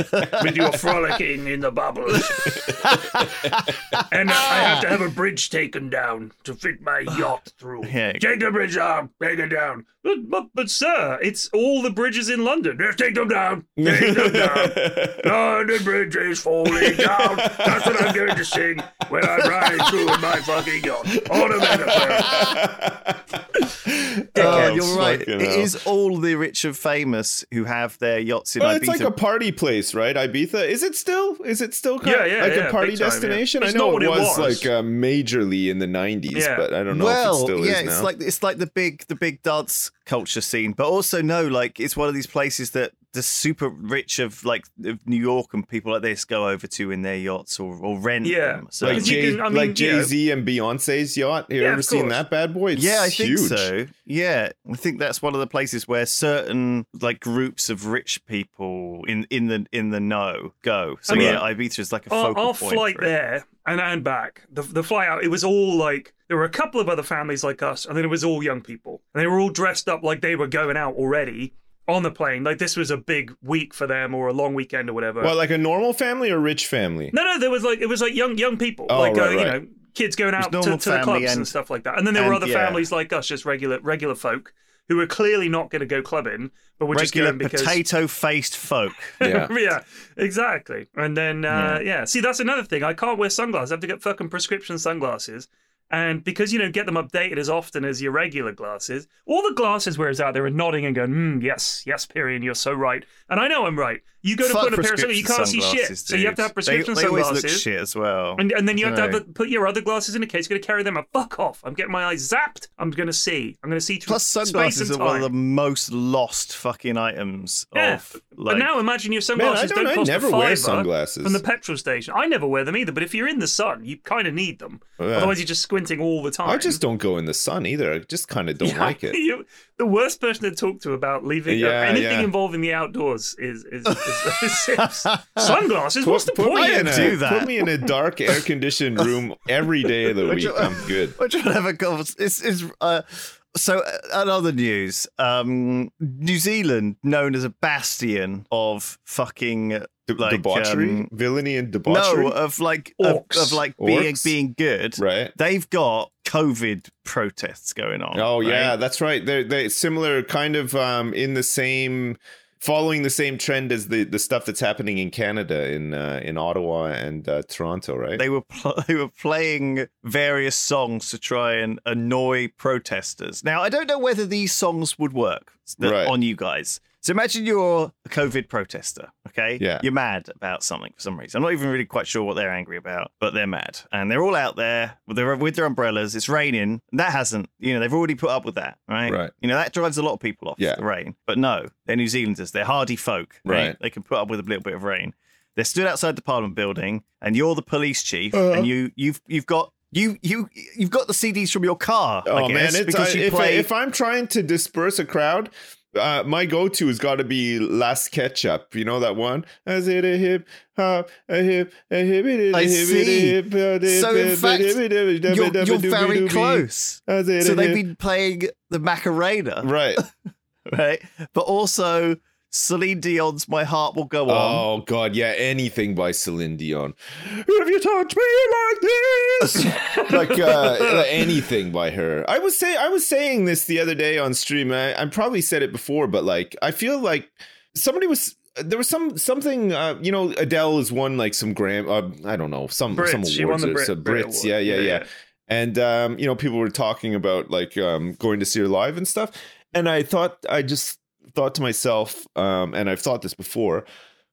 E: broke
C: Oh,
E: with your frolicking in the bubbles. and I have to have a bridge taken down to fit my
F: Ah.
E: yacht through.
B: Yeah.
E: Take the bridge down, take it down.
D: But, but, but, sir, it's all the bridges in London.
E: Yes, take them down, take them down. London Bridge is falling down. That's what I'm going to sing when I'm riding through in my fucking yacht. On a metaphor.
B: Oh, you're right.
C: Fucking
B: It
C: hell.
B: is all the rich and famous who have their yachts in
C: Well,
B: Ibiza.
C: it's like a party place, right? Ibiza. Is it still? Is it still kind
D: Yeah,
C: of
D: yeah,
C: like
D: yeah,
C: a party
D: big time, yeah.
C: destination?
D: It's
C: I know
D: not what
C: it
D: it
C: was,
D: was.
C: like uh, majorly in the '90s,
D: Yeah.
C: but I don't know
B: well,
C: if it still
B: yeah,
C: is now.
B: it's like it's like the big the big dance culture scene, but also no, like it's one of these places that the super rich of like of New York and people like this go over to in their yachts or, or rent.
D: Yeah.
B: them. so
C: like
D: Because you
C: Jay,
D: can- I mean, you know-
C: Z and Beyonce's yacht. Have you
D: Yeah,
C: ever
D: of
C: seen
D: course.
C: that bad boy? It's
B: yeah, I think
C: huge.
B: so. Yeah, I think that's one of the places where certain like groups of rich people in in the in the know go. So
D: I mean,
B: yeah, Ibiza is like a
D: Oh, Our,
B: focal
D: our
B: point.
D: flight
B: for it.
D: there and, and back, the, the flight out, it was all like, there were a couple of other families like us, and then it was all young people. And they were all dressed up like they were going out already on the plane. Like this was a big week for them or a long weekend or whatever.
C: Well, like a normal family or rich family?
D: No, no, there was like it was like young young people,
C: Oh,
D: like
C: right,
D: uh, you
C: right.
D: know, kids going
B: was
D: out to,
B: normal
D: to the
B: family
D: clubs
B: and-
D: and stuff like that. And then there were
B: and,
D: other
B: yeah.
D: families like us, just regular regular folk who were clearly not going to go clubbing, but were just
B: Regular
D: going because
B: potato-faced folk.
C: Yeah.
D: yeah, exactly. And then uh, yeah. see that's another thing. I can't wear sunglasses. I have to get fucking prescription sunglasses. And because you don't get them updated as often as your regular glasses, all the glasses wearers out there are nodding and going, mm, "Yes, yes, Pyrian, you're so right." And I know I'm right. You go to
B: Fuck
D: put on a pair of sunglasses, you can't see shit,
B: sunglasses,
D: so you have to
B: dude.
D: have prescription
B: they, they
D: sunglasses.
B: always look shit as well.
D: And, and then you have to have
B: No.
D: the, put your other glasses in a case. You're going to carry them out. Fuck off. I'm getting my eyes zapped. I'm going to see. I'm going to see through
B: Plus, sunglasses
D: space
B: are
D: and
B: one
D: time.
B: of the most lost fucking items
D: Yeah,
B: of like.
D: but now imagine your
C: Man, I
D: sunglasses
C: don't.
D: don't,
C: I
D: cost
C: never
D: a
C: wear
D: fiver
C: sunglasses.
D: from the petrol station. I never wear them either. But if you're in the sun, you kind of need them.
C: Yeah.
D: Otherwise, you're just squinting all the time.
C: I just don't go in the sun either. I just kind of don't
D: Yeah,
C: like it.
D: you- the worst person to talk to about leaving
C: Yeah,
D: uh, anything
C: yeah.
D: involving the outdoors is is, is, is Sips. sunglasses. What's the
C: put
D: point?
C: Me in
B: I
C: a,
B: do that.
C: Put me in a dark, air-conditioned room every day of the
B: Would
C: week.
B: you-
C: I'm good.
B: We're trying to have a convers- It's, it's, uh, so, uh, another news um, New Zealand, known as a bastion of fucking.
C: De-
B: Like,
C: debauchery,
B: um,
C: villainy, and debauchery.
B: No, uh, of like, of,
D: Orcs.
B: of like being,
C: Orcs?
B: being good.
C: right.
B: They've got COVID protests going on.
C: Oh yeah,
B: right?
C: that's right. They're they similar, kind of um, in the same, following the same trend as the the stuff that's happening in Canada, in uh, in Ottawa and uh, Toronto, right?
B: They were pl- they were playing various songs to try and annoy protesters. Now I don't know whether these songs would work that-
C: Right.
B: on you guys. So imagine you're a COVID protester, okay?
C: Yeah.
B: You're mad about something for some reason. I'm not even really quite sure what they're angry about, but they're mad. And they're all out there with their, with their umbrellas. It's raining. That hasn't, you know, they've already put up with that, right?
C: Right.
B: You know, that drives a lot of people off
C: Yeah.
B: the rain. But no, they're New Zealanders. They're hardy folk.
C: Right.
B: They can put up with a little bit of rain. They're stood outside the Parliament building, and you're the police chief,
C: Uh-huh.
B: and you you've you've got you you you've got the CDs from your car. I
C: oh
B: guess,
C: man, it's,
B: because
C: I-
B: you
C: if,
B: play.
C: if I'm trying to disperse a crowd. Uh, my go-to has got to be Last Ketchup. You know that one? I said a hip hop, a hip, a hip, a
B: I
C: hip,
B: see.
C: a hip, a hip,
B: so
C: a
B: in fact,
C: hip, a hip, a hip, a
B: you're,
C: hip,
B: you're
C: a
B: very
C: hip, a hip.
B: close.
C: I said
B: So
C: a
B: they've
C: hip.
B: been playing the Macarena,
C: right.
B: right? But also Celine Dion's "My Heart Will Go On."
C: Oh God, yeah, anything by Celine Dion. If you touch me like this, like uh, like anything by her. I was say I was saying this the other day on stream. and I, I probably said it before, but like I feel like somebody was. There was some something, uh, you know. Adele has won like some Gram. Uh, I don't know some
D: Brits.
C: some awards.
D: She won the
C: or
D: Brit-
C: some
D: Brit
C: Brits.
D: Award.
C: Yeah, yeah,
D: Yeah,
C: yeah
D: yeah.
C: and um, you know people were talking about like um, going to see her live and stuff and i thought i just thought to myself um, and i've thought this before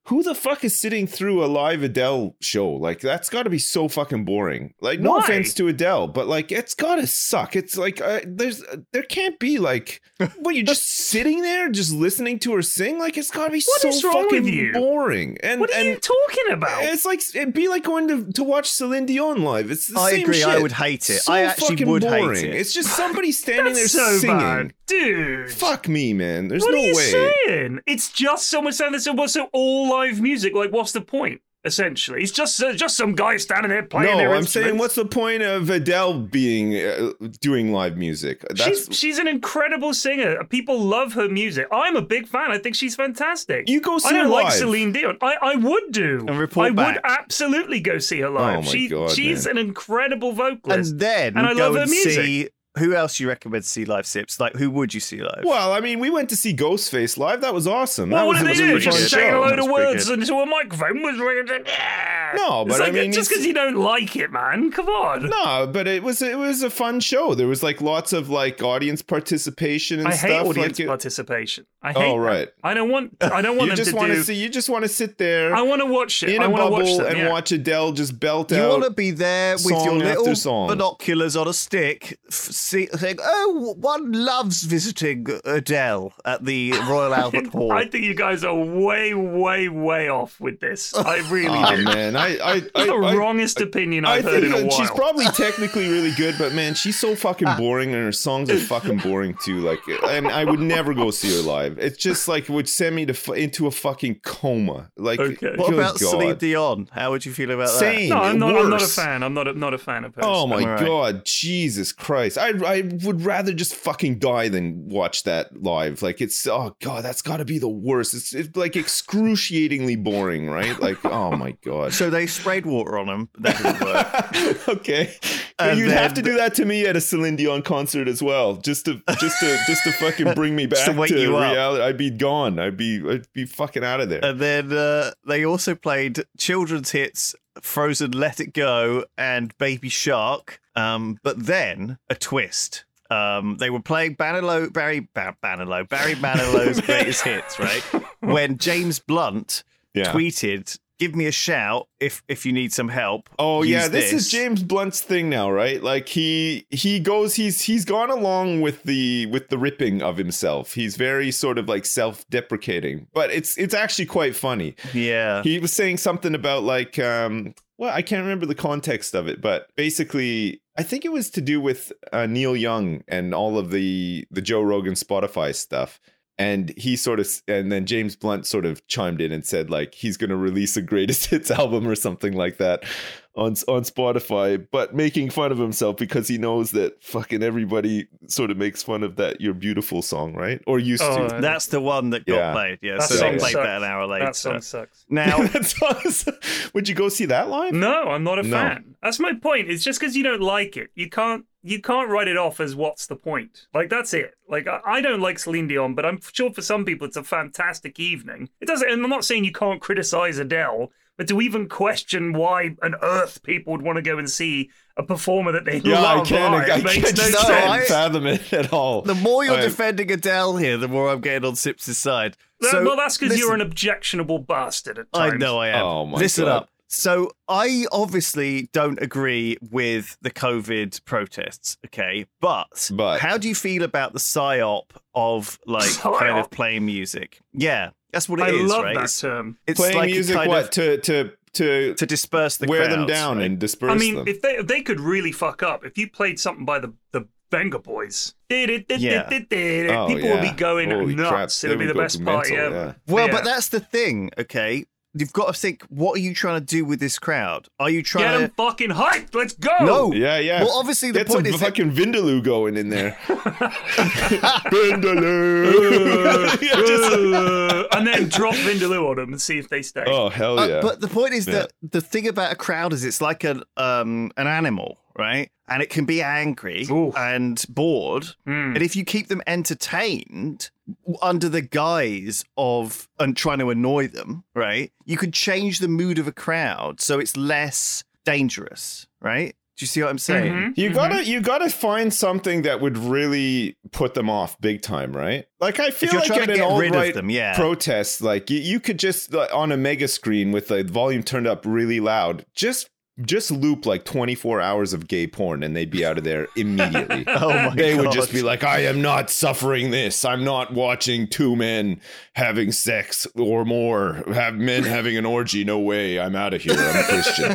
C: who the fuck is sitting through a live adele show like that's got to be so fucking boring like no
D: Why?
C: offense to adele but like it's got to suck it's like uh, there's uh, there can't be like what you're just sitting there just listening to her sing like it's got to be
D: What
C: so
D: is wrong with
C: fucking
D: you?
C: boring and
D: what are
C: and
D: you talking about?
C: it's like it'd be like going to, to watch Celine Dion live. It's the
B: I
C: same
B: agree. I
C: shit.
B: would hate it.
C: So
B: I actually
C: fucking
B: would hate
C: boring.
B: it.
C: It's just somebody standing there
D: That's so
C: singing.
D: bad. dude.
C: Fuck me, man. There's
D: what
C: no
D: are you
C: way.
D: saying? It's just someone standing there. So all live music. Like, what's the point? Essentially, it's just uh, just some guy standing there playing.
C: No,
D: their
C: I'm saying
D: instruments.
C: what's the point of Adele being uh, doing live music? That's
D: She's she's an incredible singer. People love her music. I'm a big fan. I think she's fantastic.
C: You go see
D: I don't
C: her
D: like
C: live.
D: Celine Dion. I, I would do.
B: And report
D: I
B: back.
D: would absolutely go see her
C: Oh
D: live.
C: my
D: she
C: God,
D: she's an incredible
C: Oh,
D: vocalist.
B: and then
D: And I
B: go
D: love her
B: and
D: music.
B: see who else you recommend to see live sips. Like who would you see live?
C: well, I mean, we went to see Ghostface live. That was awesome.
D: well,
C: that
D: what
C: was,
D: did
C: it
D: they
C: was a really
D: do?
C: fun
D: Just say a
C: show.
D: load of
B: That's pretty
D: words
B: good.
D: into a microphone was
C: No,
D: it's
C: but I
D: like,
C: mean,
D: just
C: it's-
D: because you don't like it, man. Come on.
C: No, but it was it was a fun show. There was like lots of like audience participation and
D: I
C: stuff.
D: hate audience
C: like it-
D: participation. I hate.
C: Oh,
D: that.
C: right.
D: I don't want. I don't want
C: you
D: them
C: just
D: to
C: want
D: do.
C: to see. You just want to sit there
D: I want to watch it.
C: in
D: I
C: a
D: want to watch
C: bubble
D: them,
C: and
D: yeah.
C: watch Adele just belt
B: You
C: out.
B: want to be there with your
C: song after
B: little
C: song.
B: binoculars on a stick, f- see, saying, "Oh, one loves visiting Adele at the Royal Albert Hall."
D: I think you guys are way, way, way off with this. I really
C: Aw,
D: do.
C: Ah, Oh, man, I I I,
D: the
C: I,
D: wrongest opinion
C: I
D: I've heard in
C: think
D: a while.
C: that she's probably technically really good, but man, she's so fucking
B: Uh.
C: boring, and her songs are fucking boring too. Like, and I would never go see her live. It's just like would send me to f- into a fucking coma. Like,
D: Okay.
B: what
C: good
B: about
C: God.
B: Celine Dion? How would you feel about
C: Same.
D: no, I'm not, I'm not a
C: worse.
D: fan. I'm not a, not a fan of hers.
C: Oh my
B: Alright.
C: god, Jesus Christ! I I would rather just fucking die than watch that live. Like it's oh god, that's got to be the worst. It's, it's like excruciatingly boring, right? Like oh my god.
B: that? So they sprayed water on him. That didn't work.
C: okay,
B: And
C: you'd have to
B: then-
C: do that to me at a Celine Dion concert as well, just to just to just to fucking bring me
B: Just to
C: back to,
B: wake you up.
C: reality. I'd be gone. I'd be I'd be fucking out of there.
B: and then uh, they also played children's hits "Frozen," "Let It Go," and "Baby Shark." Um, but then a twist. Um, they were playing Banilow, Barry ba- Banilow, Barry Manilow's greatest hits, right? When James Blunt
C: yeah.
B: tweeted, "Give me a shout if if you need some help."
C: Oh
B: Use
C: yeah, this, is James Blunt's thing now, right? Like he he goes he's he's gone along with the with the ripping of himself. He's very sort of like self-deprecating, but it's it's actually quite funny.
B: Yeah,
C: He was saying something about like um well, I can't remember the context of it, but basically I think it was to do with uh, Neil Young and all of the the Joe Rogan Spotify stuff. And he sort of, and then James Blunt sort of chimed in and said, like, he's going to release a greatest hits album or something like that on on Spotify, but making fun of himself because he knows that fucking everybody sort of makes fun of that "You're Beautiful" song, right? Or used
D: Oh,
C: to.
B: that's the one that got
C: Yeah.
B: played. Yeah,
D: That
B: so they
C: song
B: played
D: sucks.
B: that an hour later.
D: that song sucks.
B: Now,
C: That's awesome. Would you go see that live?
D: No, I'm not a
C: No.
D: fan. That's my point. It's just because you don't like it, you can't you can't write it off as what's the point. Like that's it. Like I, I don't like Celine Dion, but I'm sure for some people it's a fantastic evening. It doesn't. And I'm not saying you can't criticize Adele, but to even question why on earth people would want to go and see a performer that they
C: Yeah,
D: love
C: I can't.
D: live
C: I,
D: makes
C: can't
D: no
C: just
D: sense.
B: I-
C: fathom it at all.
B: the more you're
D: Um,
C: I-
B: defending Adele here, the more I'm getting on Sips' side.
D: That-
B: So,
D: Uh, well, that's because
B: listen-
D: you're an objectionable bastard at
B: I
D: times.
B: know I am.
C: Oh my
B: Listen
C: God.
B: up. So I obviously don't agree with the COVID protests, okay? But,
C: But-
B: how do you feel about the psyop of like kind of
D: Psyop?
B: playing music? Yeah, that's what it
D: I
B: is,
D: love
B: right?
D: that
B: It's,
D: term.
B: it's
C: playing
B: like a
C: music,
B: kind
C: what
B: of-
C: to to to,
B: to disperse the
C: wear them
B: crowds,
C: down
B: right?
C: and disperse
D: I mean,
C: them.
D: if they if they could really fuck up, if you played something by the the Venga Boys,
B: Yeah.
C: Oh,
D: people would
C: yeah.
D: be going
C: Holy crap,
D: nuts.
C: they
D: It would be
C: would
D: the
C: go
D: best
C: mental,
D: party ever.
C: yeah.
B: Well,
D: Yeah.
B: but that's the thing, okay? You've got to think what are you trying to do with this crowd? Are you
D: Get
B: trying
D: them fucking hyped. Let's go.
B: to No.
C: yeah, yeah.
B: Well, obviously the
C: Get
B: point
C: some
B: is that-
C: fucking Vindaloo going in there. Vindaloo. Yeah, just like-
D: Uh, and then drop Vindaloo on them and see if they stay.
C: oh hell
B: Uh,
C: yeah!
B: but the point is
C: Yeah.
B: that the thing about a crowd is it's like an um an animal, right? And it can be angry
D: Ooh.
B: and bored.
D: Hmm.
B: And if you keep them entertained w- under the guise of and trying to annoy them, right? You could change the mood of a crowd so it's less dangerous, right? Do you see what I'm saying?
D: Mhm,
C: You
D: mhm.
C: gotta you gotta find something that would really put them off big time, right? Like I feel
B: you're
C: like
B: trying
C: at
B: to
C: an
B: get
C: alt
B: rid of
C: right
B: them, yeah.
C: protest, like you, you could just like, on a mega screen with the volume turned up really loud, just just loop like 24 hours of gay porn and they'd be out of there immediately.
B: Oh my
C: they would
B: God.
C: just be like, I am not suffering this. I'm not watching two men having sex or more, have men having an orgy. No way. I'm out of here. I'm a Christian.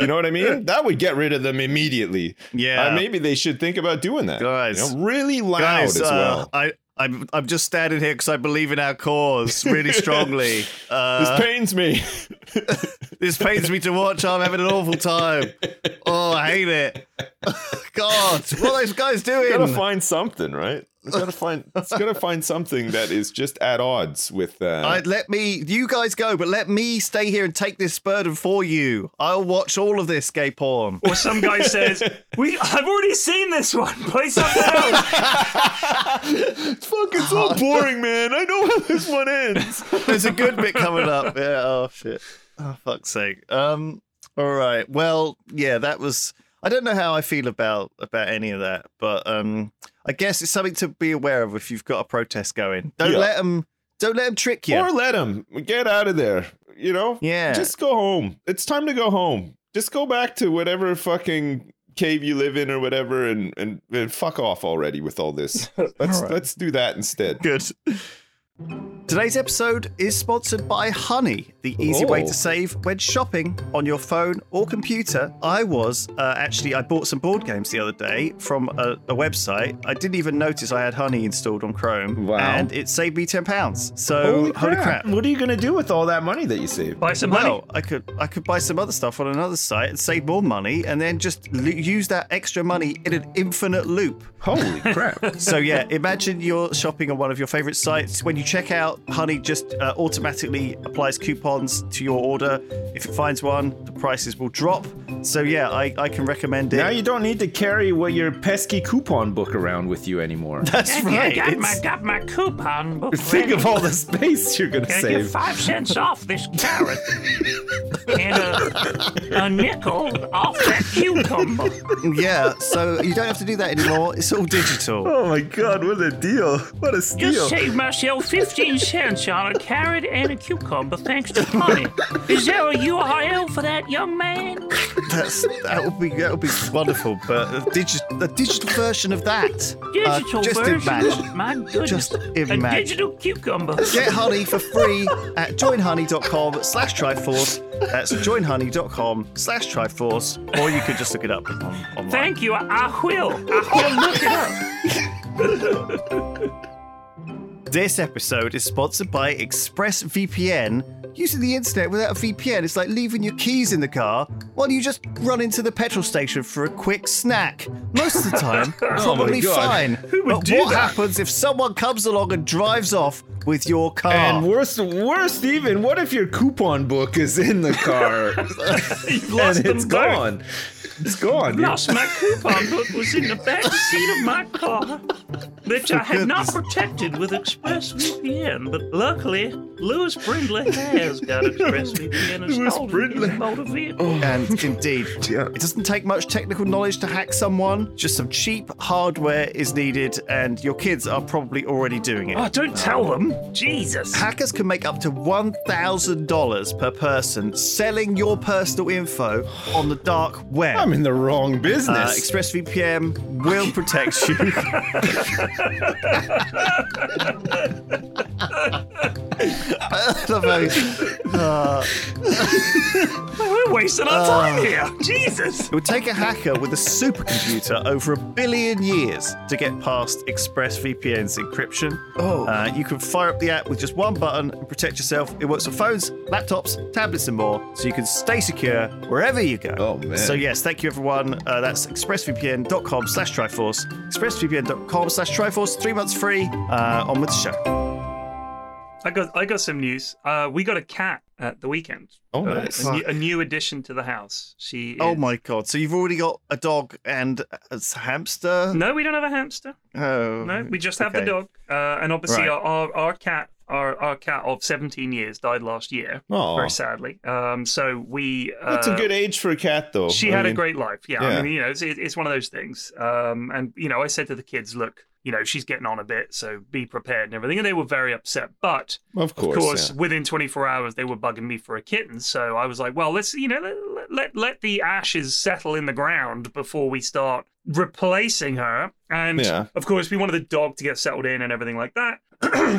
C: you know what I mean? That would get rid of them immediately.
B: Yeah.
C: Uh, maybe they should think about doing that.
B: Guys.
C: You know, really loud
B: Guys,
C: as
B: uh,
C: well.
B: I, I'm, I'm just standing here because I believe in our cause really strongly. Uh,
C: this pains me.
B: this pains me to watch. I'm having an awful time. Oh, I hate it. God, what are those guys
C: gotta
B: doing?
C: find something, right? It's gotta find. It's gotta find something that is just at odds with. Uh,
B: I, let me, you guys go, but let me stay here and take this burden for you. I'll watch all of this gay porn.
D: Or some guy says, "We, I've already seen this one. Play something else."
C: it's fucking so boring, man. I know how this one ends.
B: There's a good bit coming up. Yeah. Oh shit. Oh fuck's sake. Um. All right. Well, yeah. That was. I don't know how I feel about about any of that, but um, I guess it's something to be aware of if you've got a protest going. Don't
C: Yeah.
B: let them. Don't let them trick you.
C: Or let him get out of there. You know.
B: Yeah.
C: Just go home. It's time to go home. Just go back to whatever fucking cave you live in or whatever, and and, and fuck off already with all this. Let's let's do that instead.
B: good. Today's episode is sponsored by Honey, the easy way
C: Oh.
B: to save when shopping on your phone or computer. I was uh, actually I bought some board games the other day from a, a website. I didn't even notice I had Honey installed on Chrome,
C: Wow.
B: and it saved me ten pounds. So holy crap!
C: What are you gonna do with all that money that you saved?
D: Buy some honey.
B: Well, I could I could buy some other stuff on another site and save more money, and then just l- use that extra money in an infinite loop.
C: Holy crap!
B: So yeah, imagine you're shopping on one of your favorite sites. When you check out, Honey just uh, automatically applies coupons to your order. If it finds one, the prices will drop. So yeah, I, I can recommend it.
G: Now you don't need to carry what your pesky coupon book around with you anymore.
B: That's right.
E: got my,
B: it's-
E: got my coupon book.
G: Think
E: ready.
G: of all the space you're gonna
E: Gonna get
G: save.
E: five cents off this carrot and a, a nickel off that cucumber.
B: yeah, so you don't have to do that anymore. It's all digital.
G: Oh my god, what a deal! What a
E: Just
G: steal!
E: saved myself 15 cents on a carrot and a cucumber thanks to honey. Is there a URL for that, young man?
B: Uh, That's that would be that would be wonderful. But a digi- the digital version of that. uh,
E: Digital
B: just
E: version?
B: imagine.
E: My goodness.
B: Just
E: A
B: imagine.
E: digital cucumber.
B: Get Honey for free at joinhoney.com slash Triforce. That's joinhoney.com slash Triforce. Or you could just look it up on, online.
E: Thank you. I I will. I will look it up.
B: This episode is sponsored by ExpressVPN. Using the internet without a VPN is like leaving your keys in the car while you just run into the petrol station for a quick snack. Most of the time, probably
C: Oh God.
B: fine. but
C: do
B: what
C: that?
B: happens if someone comes along and drives off with your car?
G: And worst, worst even, what if your coupon book is in the car and it's gone? It's gone. You're-
E: Lost my coupon book was in the back seat of my car, which I had not protected with ExpressVPN. But luckily, Lewis Brindley has got ExpressVPN installed in his motor vehicle.
B: And indeed, it doesn't take much technical knowledge to hack someone. Just some cheap hardware is needed, and your kids are probably already doing it.
G: Ah.
D: Oh, don't tell them.
E: Jesus.
B: Hackers can make up to $1,000 per person selling your personal info on the dark web.
G: I'm in the wrong
B: uh,
G: business.
B: ExpressVPN will protect you. I love how he-
D: We're wasting our time here. Jesus.
B: It would take a hacker with a supercomputer over a billion years to get past ExpressVPN's encryption. Oh. Uh, you can fire up the app with just one button and protect yourself. It works on phones, laptops, tablets, and more, so you can stay secure wherever you go.
G: Oh, man.
B: So yes, thank you everyone. Uh, that's expressvpn.com slash Triforce. Expressvpn.com slash Triforce. Three months free. Uh, on with the show.
D: I got I got some news. Uh, we got a cat at the weekend.
C: Oh,
D: Uh,
C: nice.
D: A, new, a new addition to the house. She. Is...
B: Oh my god. So you've already got a dog and a hamster?
D: No, we don't have a hamster.
B: Oh.
D: No, we just have
B: Okay.
D: the dog. Uh, and obviously,
B: Right.
D: our, our our cat. Our, our cat of 17 years died last year,
C: Aw.
D: very sadly. Um, so we. Uh,
C: That's a good age for a cat, though.
D: She
C: I
D: had
C: mean-
D: a great life. Yeah,
C: yeah.
D: I mean, you know, it's, it's one of those things. Um, and you know, I said to the kids, look, you know, she's getting on a bit, so be prepared and everything. And they were very upset, but
C: Of course.
D: of course,
C: yeah.
D: within 24 hours, they were bugging me for a kitten. So I was like, well, let's, you know, let, let let the ashes settle in the ground before we start replacing her. And
C: Yeah.
D: of course, we wanted the dog to get settled in and everything like that.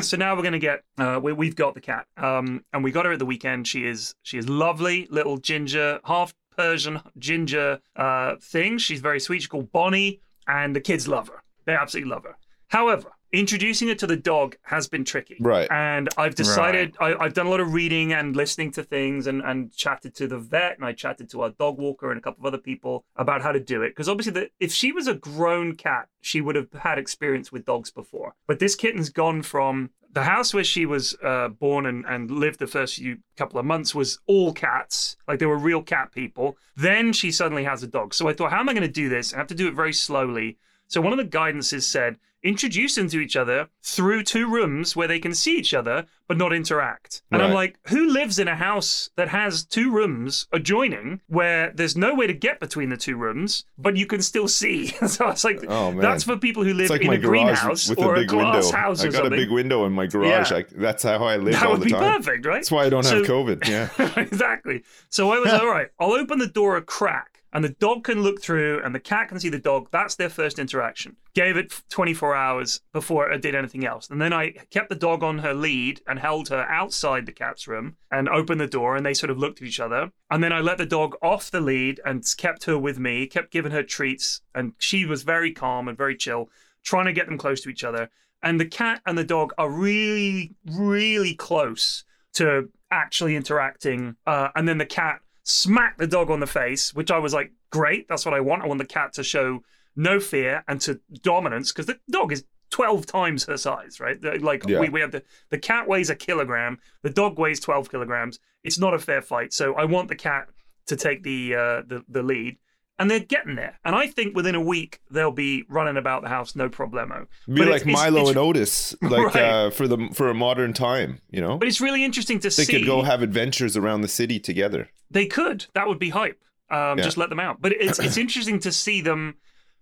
D: so now we're gonna get uh, we, we've got the cat, um, and we got her at the weekend. She is she is lovely, little ginger, half Persian ginger uh, thing. She's very sweet. She's called Bonnie, and the kids love her. They absolutely love her. However, introducing her to the dog has been tricky.
C: Right.
D: And I've decided I, I've done a lot of reading and listening to things and, and chatted to the vet and I chatted to our dog walker and a couple of other people about how to do it. Because obviously, the, if she was a grown cat, she would have had experience with dogs before. But this kitten's gone from the house where she was uh, born and, and lived the first few couple of months was all cats. Like they were real cat people. Then she suddenly has a dog. So I thought, how am I going to do this? I have to do it very slowly. So one of the guidances said, introduce them to each other through two rooms where they can see each other but not interact. And I'm
C: Right.
D: like, who lives in a house that has two rooms adjoining where there's no way to get between the two rooms, but you can still see? so it's like,
C: Oh, man.
D: that's for people who live
C: It's like
D: in
C: my
D: a
C: garage
D: greenhouse
C: with
D: or
C: a
D: a,
C: big
D: glass
C: window.
D: house
C: I
D: or
C: got a
D: something.
C: big window in my garage.
D: Yeah.
C: I, that's how I live
D: that
C: all
D: would
C: the
D: be
C: time.
D: perfect, right?
C: That's why I don't have
D: So-
C: COVID. Yeah.
D: exactly. So I was all right. I'll open the door a crack, and the dog can look through, and the cat can see the dog. That's their first interaction. Gave it 24 hours before it did anything else, and then I kept the dog on her lead and held her outside the cat's room and opened the door, and they sort of looked at each other. And then I let the dog off the lead and kept her with me, kept giving her treats, and she was very calm and very chill, trying to get them close to each other. And the cat and the dog are really, really close to actually interacting. Uh, and then the cat smacked the dog on the face, which I was like, great, that's what I want. I want the cat to show no fear and to dominance because the dog is 12 times her size, right? The- Like,
C: Yeah.
D: we, we have the, the cat weighs a kilogram, the dog weighs 12 kilograms. It's not a fair fight. So I want the cat to take the uh, the, the lead. And they're getting there. And I think within a week, they'll be running about the house, no problemo.
C: Be
D: But it's-
C: like
D: it's-
C: Milo
D: it's-
C: and Otis, like
D: Right.
C: uh, for the for a modern time. You know,
D: But it's really interesting to
C: they
D: see.
C: could go have adventures around the city together.
D: They could. That would be hype. Um,
C: Yeah.
D: Just let them out. But it's it's interesting to see them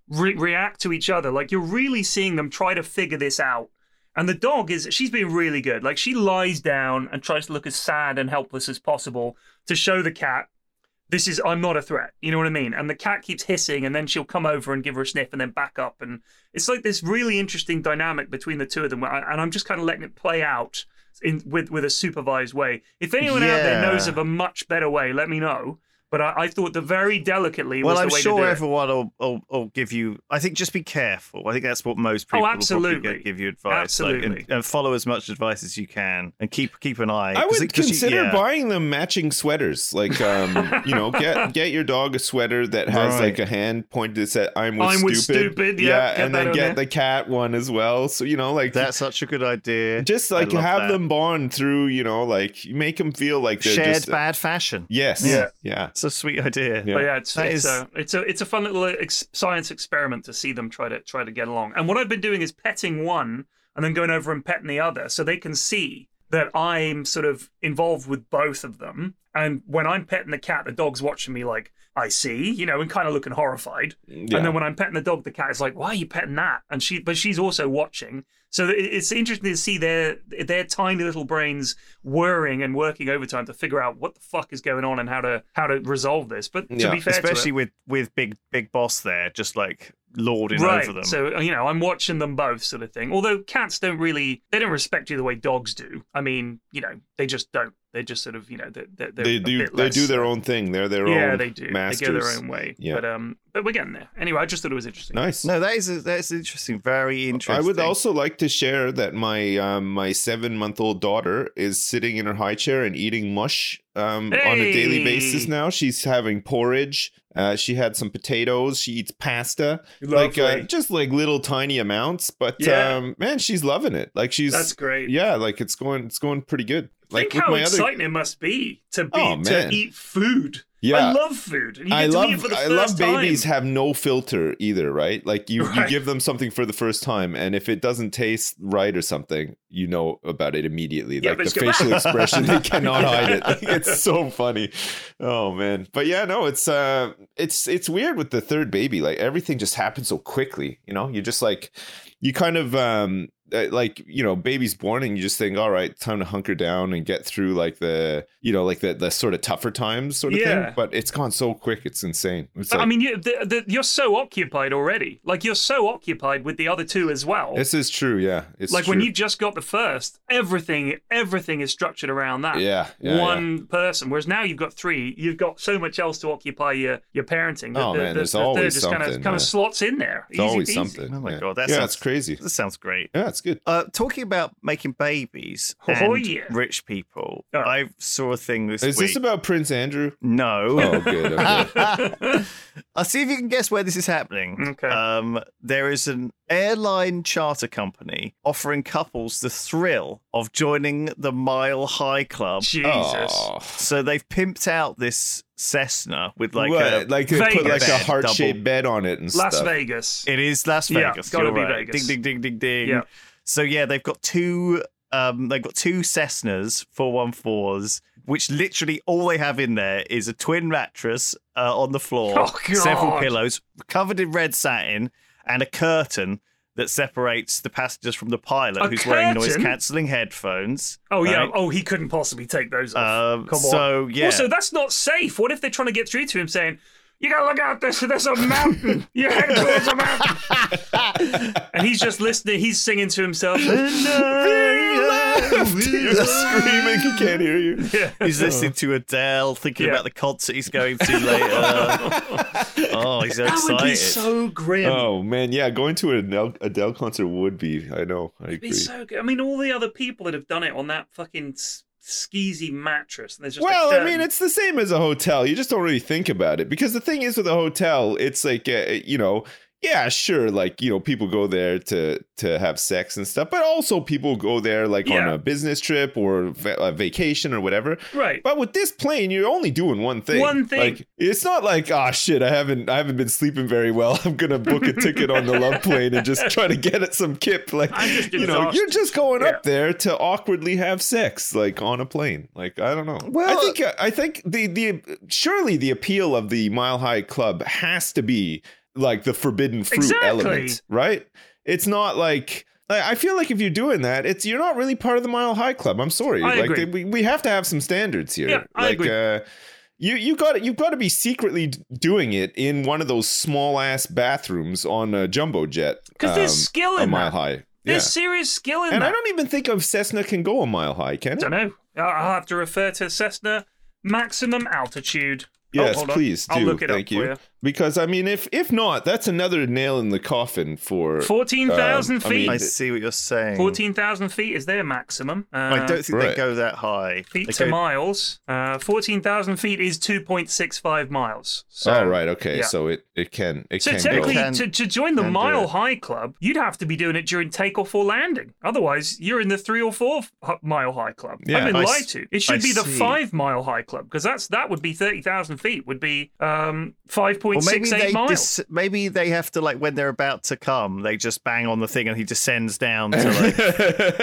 D: re- react to each other. Like you're really seeing them try to figure this out. And the dog is she's been really good. Like she lies down and tries to look as sad and helpless as possible to show the cat this is I'm not a threat. You know what I mean? And the cat keeps hissing, and then she'll come over and give her a sniff, and then back up, and it's like this really interesting dynamic between the two of them. where I- And I'm just kind of letting it play out in with with a supervised way. If anyone out there
B: Yeah.
D: knows of a much better way, let me know. But I, I thought the very delicately
B: Well,
D: was
B: I'm
D: the way
B: sure
D: to do it.
B: everyone will, will, will give you. I think just be careful. I think that's what most
D: Oh,
B: people will probably
D: absolutely.
B: get- give you advice. like, and- and,
D: Absolutely.
B: follow as much advice as you can, and keep keep an eye.
C: I
B: 'cause
C: would
B: it- 'cause you-
C: consider
B: yeah.
C: buying them matching sweaters. Like, um, you know, get get your dog a sweater that has
B: Right.
C: like a hand pointed that said "I'm with
D: I'm
C: stupid."
D: with stupid, yeah, get
C: and
D: that
C: then
D: on
C: get
D: there.
C: the cat one as well. So you know, like
B: That's such a good idea.
C: just
B: I
C: like
B: love
C: have
B: that.
C: them bond through. You know, like you make them feel like they're
B: shared
C: just,
B: bad fashion.
C: Yes.
D: Yeah.
C: Yeah.
B: It's a sweet idea.
C: Yeah.
D: But yeah, it's
B: That
D: it's, uh,
B: is-
D: a, it's a it's a fun little ex- science experiment to see them try to try to get along. And what I've been doing is petting one and then going over and petting the other, so they can see that I'm sort of involved with both of them. And when I'm petting the cat, the dog's watching me like I see, you know, and kind of looking horrified.
C: Yeah.
D: And then when I'm petting the dog, the cat is like, "Why are you petting that?" And she, but she's also watching. So it- it's interesting to see their their tiny little brains whirring and working overtime to figure out what the fuck is going on and how to how to resolve this. But to
C: Yeah,
D: be fair, to it-
B: Especially with with big big boss there, just like lording
D: right?
B: over them.
D: So you know, I'm watching them both, sort of thing. Although cats don't really they don't respect you the way dogs do. I mean, you know, they just don't. They just sort of you know they're, they're
C: they
D: a
C: do.
D: bit
C: They
D: less-
C: do their own thing. They're their own.
D: yeah they do
C: Masters.
D: they go their own way.
C: Yeah.
D: But um, but we're getting there. Anyway, I just thought it was interesting.
C: Nice.
B: no, that is a, that is interesting. Very interesting.
C: I would also like to share that my um, my seven month old daughter is sitting in her high chair and eating mush um, on a daily
D: Hey.
C: basis now. She's having porridge. Uh, she had some potatoes. She eats pasta, like uh,
D: Lovely.
C: just like little tiny amounts. But
D: Yeah.
C: um, man, she's loving it. Like she's
D: That's great.
C: yeah, like it's going it's going pretty good. Like
D: Think how exciting it must be to be
C: Oh, man.
D: to eat food.
C: yeah,
D: I love food. And you get
C: I
D: to
C: love
D: eat it for the
C: I
D: first
C: love
D: time.
C: babies have no filter either, right? Like you, you
D: Right.
C: give them something for the first time, and if it doesn't taste right or something, you know about it immediately.
D: Yeah,
C: like
D: but
C: the
D: it's good.
C: facial expression, they cannot hide it. It's so funny. Oh man. But yeah, no, it's uh it's it's weird with the third baby. Like everything just happens so quickly, you know? You just like you kind of um uh, like you know baby's born and you just think all right time to hunker down and get through like the you know like the, the sort of tougher times sort of
D: Yeah.
C: thing but it's gone so quick it's insane it's
D: But,
C: like,
D: I mean, you, the, the, you're so occupied already. Like you're so occupied with the other two as well.
C: this is true yeah it's
D: like when
C: true.
D: you've just got the first, everything everything is structured around that.
C: Yeah, yeah,
D: one person. Whereas now you've got three, you've got so much else to occupy your your parenting. that
C: Oh,
D: the,
C: man,
D: the,
C: there's
D: the third
C: always
D: just kind of
C: something,
D: kind
C: yeah.
D: of slots in there.
C: it's
D: Easy
C: always
D: peasy.
C: something
B: Oh my
C: yeah.
B: God, that
C: yeah
B: sounds-
C: it's crazy
B: That sounds great.
C: yeah it's good
B: Uh, talking about making babies
D: Oh,
B: and
D: yeah.
B: rich people,
D: Oh.
B: I saw a thing this
C: is
B: week.
C: this about prince andrew
B: no.
C: oh good okay. Oh.
B: I'll see if you can guess where this is happening.
D: Okay.
B: Um, there is an airline charter company offering couples the thrill of joining the Mile High Club.
D: Jesus.
C: Oh.
B: So they've pimped out this Cessna with like
C: Right,
B: a.
C: like they put like
B: Vegas.
C: a
B: Bed,
C: heart shaped bed on it and
D: uh, Las
C: stuff.
D: Vegas.
B: It is Las
D: Yeah,
B: Vegas.
D: gotta
B: you're
D: be
B: right.
D: Vegas.
B: Ding ding ding ding ding.
D: Yeah.
B: So yeah, they've got two. Um, they've got two Cessnas 414s, which literally all they have in there is a twin mattress uh, on the floor,
D: Oh, God.
B: several pillows covered in red satin, and a curtain that separates the passengers from the pilot,
D: A
B: who's wearing
D: curtain?
B: noise cancelling headphones.
D: oh yeah.
B: right?
D: Oh, he couldn't possibly take those off.
B: Um,
D: Come on.
B: so yeah.
D: Also, that's not safe. What if they're trying to get through to him saying, "You gotta look out! There's there's a mountain. You're heading towards a mountain." and he's just listening. He's singing to himself.
C: You're screaming, he can't hear you.
B: He's listening to Adele, thinking
D: Yeah.
B: about the concert he's going to later. oh, he's so
D: That
B: excited.
D: would be so grim.
C: Oh man, yeah, going to an Adele, Adele concert would be. I know, I
D: It'd be
C: agree.
D: so good. I mean, all the other people that have done it on that fucking s- skeezy mattress. And there's just a
C: Well, I
D: curtain.
C: mean, it's the same as a hotel. You just don't really think about it because the thing is with a hotel, it's like uh, you know, yeah, sure, like you know, people go there to to have sex and stuff, but also people go there like on
D: Yeah.
C: a business trip or va- a vacation or whatever.
D: right.
C: But with this plane, you're only doing one thing.
D: One thing.
C: Like it's not like ah shit, I haven't I haven't been sleeping very well. I'm gonna book a ticket on the love plane and just try to get at some kip. Like
D: I'm just
C: you know,
D: exhausted.
C: you're just going
D: Yeah.
C: up there to awkwardly have sex, like on a plane. Like I don't know.
B: Well-
C: I think I think the the surely the appeal of the Mile High Club has to be like the forbidden fruit
D: Exactly.
C: element, right? It's not like. I I feel like if you're doing that, it's you're not really part of the Mile High Club. I'm sorry.
D: I
C: like
D: agree.
C: they- we, we have to have some standards here.
D: Yeah, I
C: like
D: agree.
C: uh you you got you've got to be secretly d- doing it in one of those small ass bathrooms on a jumbo jet. um,
D: Because there's skill
C: a
D: in
C: mile
D: that.
C: high.
D: There's
C: Yeah.
D: serious skill in
C: And
D: that.
C: I don't even think of Cessna can go a mile high, can it?
D: don't know. I'll have to refer to Cessna maximum altitude.
C: Yes,
D: oh, hold on.
C: please do.
D: I'll look it
C: Thank
D: up
C: you.
D: for you.
C: Because I mean, if if not, that's another nail in the coffin for.
D: Fourteen thousand
C: Um, I
D: feet.
C: mean-
B: I see what you're saying.
D: Fourteen thousand feet is their maximum. Uh,
B: I don't think they
C: Right.
B: go that high.
D: feet
B: They
D: to
B: go-
D: miles. Uh, Fourteen thousand feet is two point six five miles. So,
C: oh right, okay,
D: yeah.
C: so it it can it
D: So
C: can
D: technically,
C: go.
B: Can-
D: to, to join the
B: can do
D: Mile
B: it.
D: High Club, you'd have to be doing it during takeoff or landing. Otherwise, you're in the three or four h- Mile High Club. I've
C: Yeah.
D: been
B: I
D: lied
B: s-
D: to. It should
B: I
D: be the
B: see.
D: five Mile High Club because that's that would be thirty thousand feet. Would be um, five
B: Or
D: point
B: maybe
D: six eight
B: they
D: miles.
B: dis- maybe they have to like when they're about to come, they just bang on the thing and he descends down to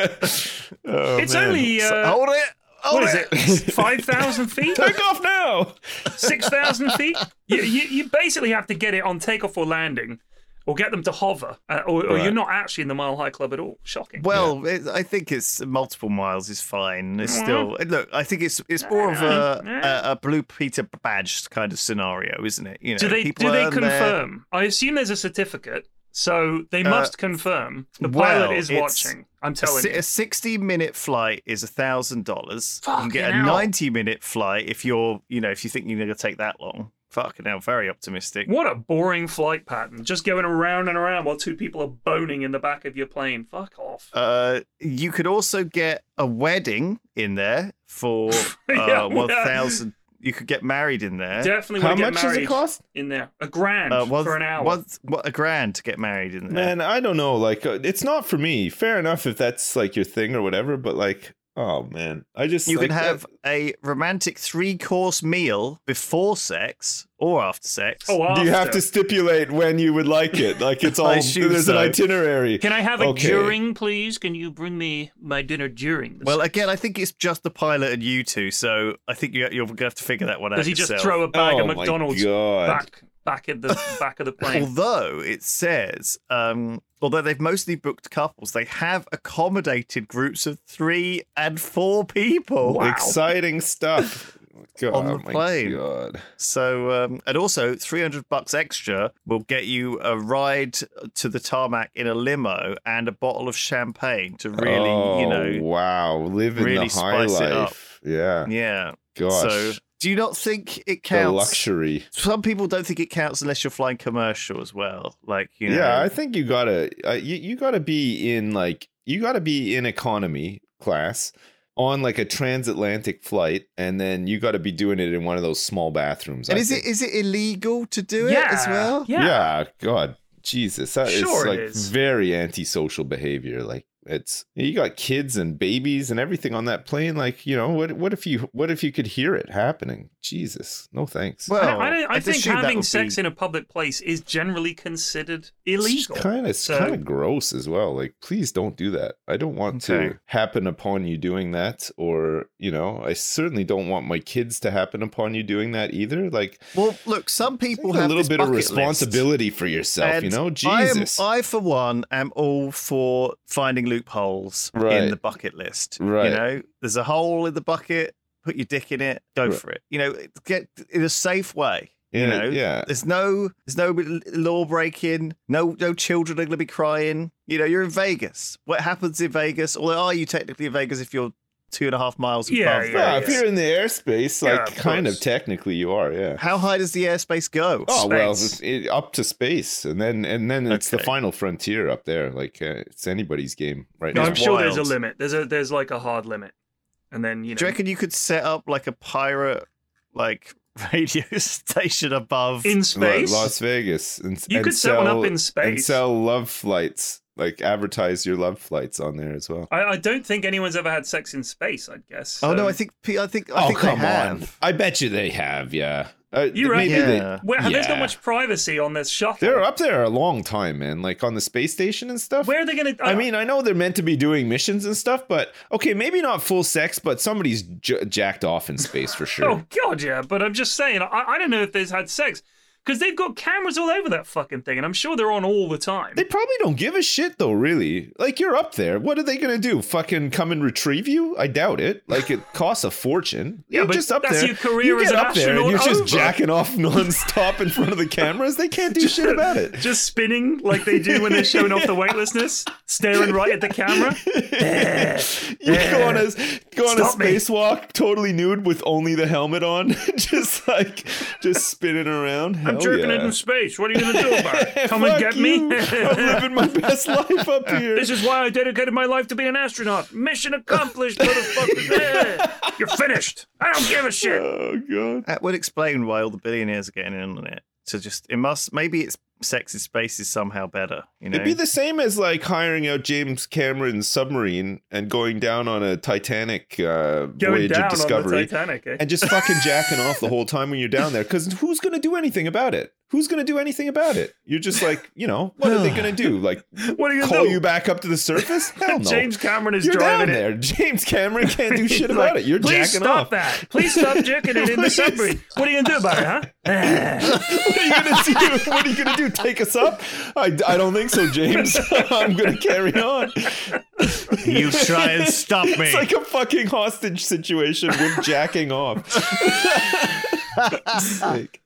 B: like
C: Oh,
D: it's
C: man.
D: only uh,
B: hold it. Hold
D: what is it? Five thousand feet?
C: Take off now.
D: Six thousand feet? You, you you basically have to get it on takeoff or landing, or get them to hover, uh, or, or you're
C: Right.
D: not actually in the Mile High Club at all. Shocking.
B: Well, it, I think it's multiple miles is fine. It's still look. I think it's it's more of a, a a blue Peter badge kind of scenario, isn't it? You know,
D: Do they
B: people
D: do they
B: earn their-
D: confirm? I assume there's a certificate, so they
B: Uh,
D: must confirm. The
B: well,
D: pilot is
B: it's-
D: watching. I'm
B: A,
D: telling
B: si- a
D: you.
B: 60 minute flight is a thousand dollars. You can get a
D: Fucking hell.
B: 90 minute flight if you're, you know, if you think you're going to take that long. Fucking hell, very optimistic.
D: What a boring flight pattern. Just going around and around while two people are boning in the back of your plane. Fuck off.
B: Uh, you could also get a wedding in there for uh,
D: Yeah,
B: 1,000. You could get married in there.
D: Definitely
C: How
D: want to get
C: much does
D: married
C: it cost?
D: in there. A grand
B: Uh, one-
D: for an hour.
B: one- what, a grand to get married in there.
C: Man, I don't know. Like, uh, it's not for me. Fair enough if that's like your thing or whatever. But like, oh man, I just
B: you
C: like, uh,
B: can have a romantic three course meal before sex or after sex.
D: oh,
C: uh,
D: after.
C: Do you have to stipulate when you would like it? Like, it's all
B: assume
C: there's an
B: so.
C: itinerary.
D: Can I have a
C: Okay.
D: during, please? Can you bring me my dinner during? This?
B: Well, again, I think it's just the pilot and you two, so I think you, you're going to have to figure that one out.
D: does he just
B: yourself.
D: throw a bag
C: Oh
D: of
C: my
D: McDonald's
C: God.
D: back back at the back of the plane?
B: Although it says um, although they've mostly booked couples, they have accommodated groups of three and four people.
C: Exciting stuff. God,
B: On the
C: my
B: plane.
C: God.
B: So, um, and also, 300 bucks extra will get you a ride to the tarmac in a limo and a bottle of champagne to really, you
C: Oh,
B: know,
C: wow, living
B: really
C: the high
B: spice it up.
C: life. Yeah,
B: yeah.
C: Oh, gosh,
B: So, do you not think it
C: the
B: counts?
C: luxury.
B: Some people don't think it counts unless you're flying commercial as well. Like, you know,
C: Yeah, I think you gotta uh, you you gotta be in like you gotta be in economy class on like a transatlantic flight, and then you gotta be doing it in one of those small bathrooms.
B: and
C: I
B: is it
C: think.
B: is it illegal to do it
D: yeah.
B: as well?
D: Yeah.
C: God, Jesus, that is
D: Sure it
C: like
D: is.
C: very antisocial behavior. Like it's you got kids and babies and everything on that plane. Like you know what what if you what if you could hear it happening? Jesus, no thanks.
B: Well,
D: I, don't- I, don't- I
B: I'd
D: think
B: assume that
D: having
B: would
D: sex
B: be-
D: in a public place is generally considered
C: It's
D: illegal.
C: kind of
D: So-
C: kind of gross as well. Like, please don't do that. I don't want
B: Okay.
C: to happen upon you doing that, or you know, I certainly don't want my kids to happen upon you doing that either. Like,
B: Well, look, some people
C: take
B: have
C: a little
B: this
C: bit of
B: bucket list.
C: responsibility for yourself. you
B: And
C: know,
B: I am-
C: Jesus,
B: I, for one, am all for finding loopholes in
C: Right.
B: the bucket list.
C: Right.
B: You know, there's a hole in the bucket. Put your dick in it. Go
C: Right.
B: for it. You know, get in a safe way. You
C: In a-
B: know,
C: yeah.
B: There's no, there's no law breaking. No, no children are going to be crying. You know, you're in Vegas. What happens in Vegas? Or are you technically in Vegas if you're two and a half miles above?
D: Yeah,
B: Vegas?
C: yeah, if
D: yeah.
C: you're in the airspace,
D: Yeah,
C: like,
D: of
C: kind
D: course.
C: of technically, you are, yeah.
B: How high does the airspace go?
C: Oh well,
D: Space.
C: it, up to space, and then and then it's
B: Okay.
C: the final frontier up there. Like uh, it's anybody's game right
D: No,
C: now.
D: I'm sure there's a
B: wild.
D: limit. There's a there's like a hard limit, and then you know
B: Do you reckon you could set up like a pirate like radio station above?
D: in
C: Lo-
D: space.
C: Las Vegas. And,
D: You
C: and
D: could set one up
C: sell-
D: in space.
C: And sell love flights. Like advertise your love flights on there as well.
D: I, I don't think anyone's ever had sex in space. I guess.
B: oh no,
D: so-
B: I think P- I think
C: Oh,
B: I think they have.
C: I bet you they have, yeah. Uh,
D: You're right.
C: maybe they-
B: Yeah.
D: Where, There's not
C: Yeah.
D: much privacy on this shuttle.
C: They're up there a long time, man. Like on the space station and stuff.
D: Where uh, are they going to?
C: I mean, I know they're meant to be doing missions and stuff, but okay, maybe not full sex, but somebody's j- jacked off in space for sure.
D: Oh god, yeah. But I'm just saying, I, I don't know if they've had sex because they've got cameras all over that fucking thing, and I'm sure they're on all the time.
C: They probably don't give a shit though, really. Like you're up there. What are they gonna do? Fucking come and retrieve you? I doubt it. Like it costs a fortune.
D: Yeah,
C: you're
D: but
C: just up
D: that's
C: there.
D: your career
C: you
D: as
C: get
D: an
C: up there and
D: astronaut
C: you're just
D: over.
C: jacking off nonstop in front of the cameras. They can't do shit about it.
D: just spinning like they do when they're showing off the weightlessness, staring right at the camera.
C: you go on a go on
D: Stop
C: a
D: me.
C: spacewalk totally nude with only the helmet on, just like just spinning around.
D: I'm
C: Hell
D: jerking
C: yeah.
D: it in space. What are you going to do about it? Come
C: Fuck
D: and get
C: you. I'm
D: me.
C: living my best life up here.
D: This is why I dedicated my life to be an astronaut. Mission accomplished, motherfucker. Yeah. You're finished. I don't give a shit.
C: oh god.
B: That would explain why all the billionaires are getting in on it. So just it must maybe it's sex in space is somehow better. You know,
C: It'd be the same as like hiring out James Cameron's submarine and going down on a Titanic uh,
D: Going
C: voyage
D: down
C: of
D: on the
C: discovery
D: Titanic. Eh?
C: and just fucking jacking off the whole time when you're down there. Because who's going to do anything about it? Who's going to do anything about it? You're just like, you know, what are they going to do? Like,
D: What are you
C: call
D: going to do?
C: you back up to the surface? Hell no.
D: James Cameron is
C: you're down
D: driving it.
C: there. James Cameron can't do shit
D: Like,
C: about it. You're
D: Please
C: jacking
D: stop
C: off.
D: that. Please stop jerking it in the
C: Please.
D: submarine. What are you going to do about it, huh?
C: What are you gonna do? What are you gonna do? Take us up? I, I don't think so, James. I'm gonna carry on.
B: you try and stop me.
C: It's like a fucking hostage situation with jacking off. Sick.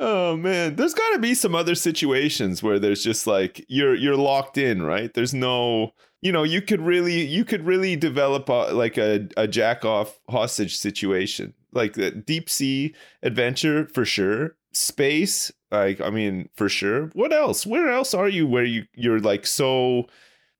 C: oh man, there's got to be some other situations where there's just like you're you're locked in, right? There's no, you know, you could really you could really develop a, like a a jack off hostage situation, like the deep sea adventure for sure. Space, like I mean, for sure. What else? Where else are you? Where you you're like so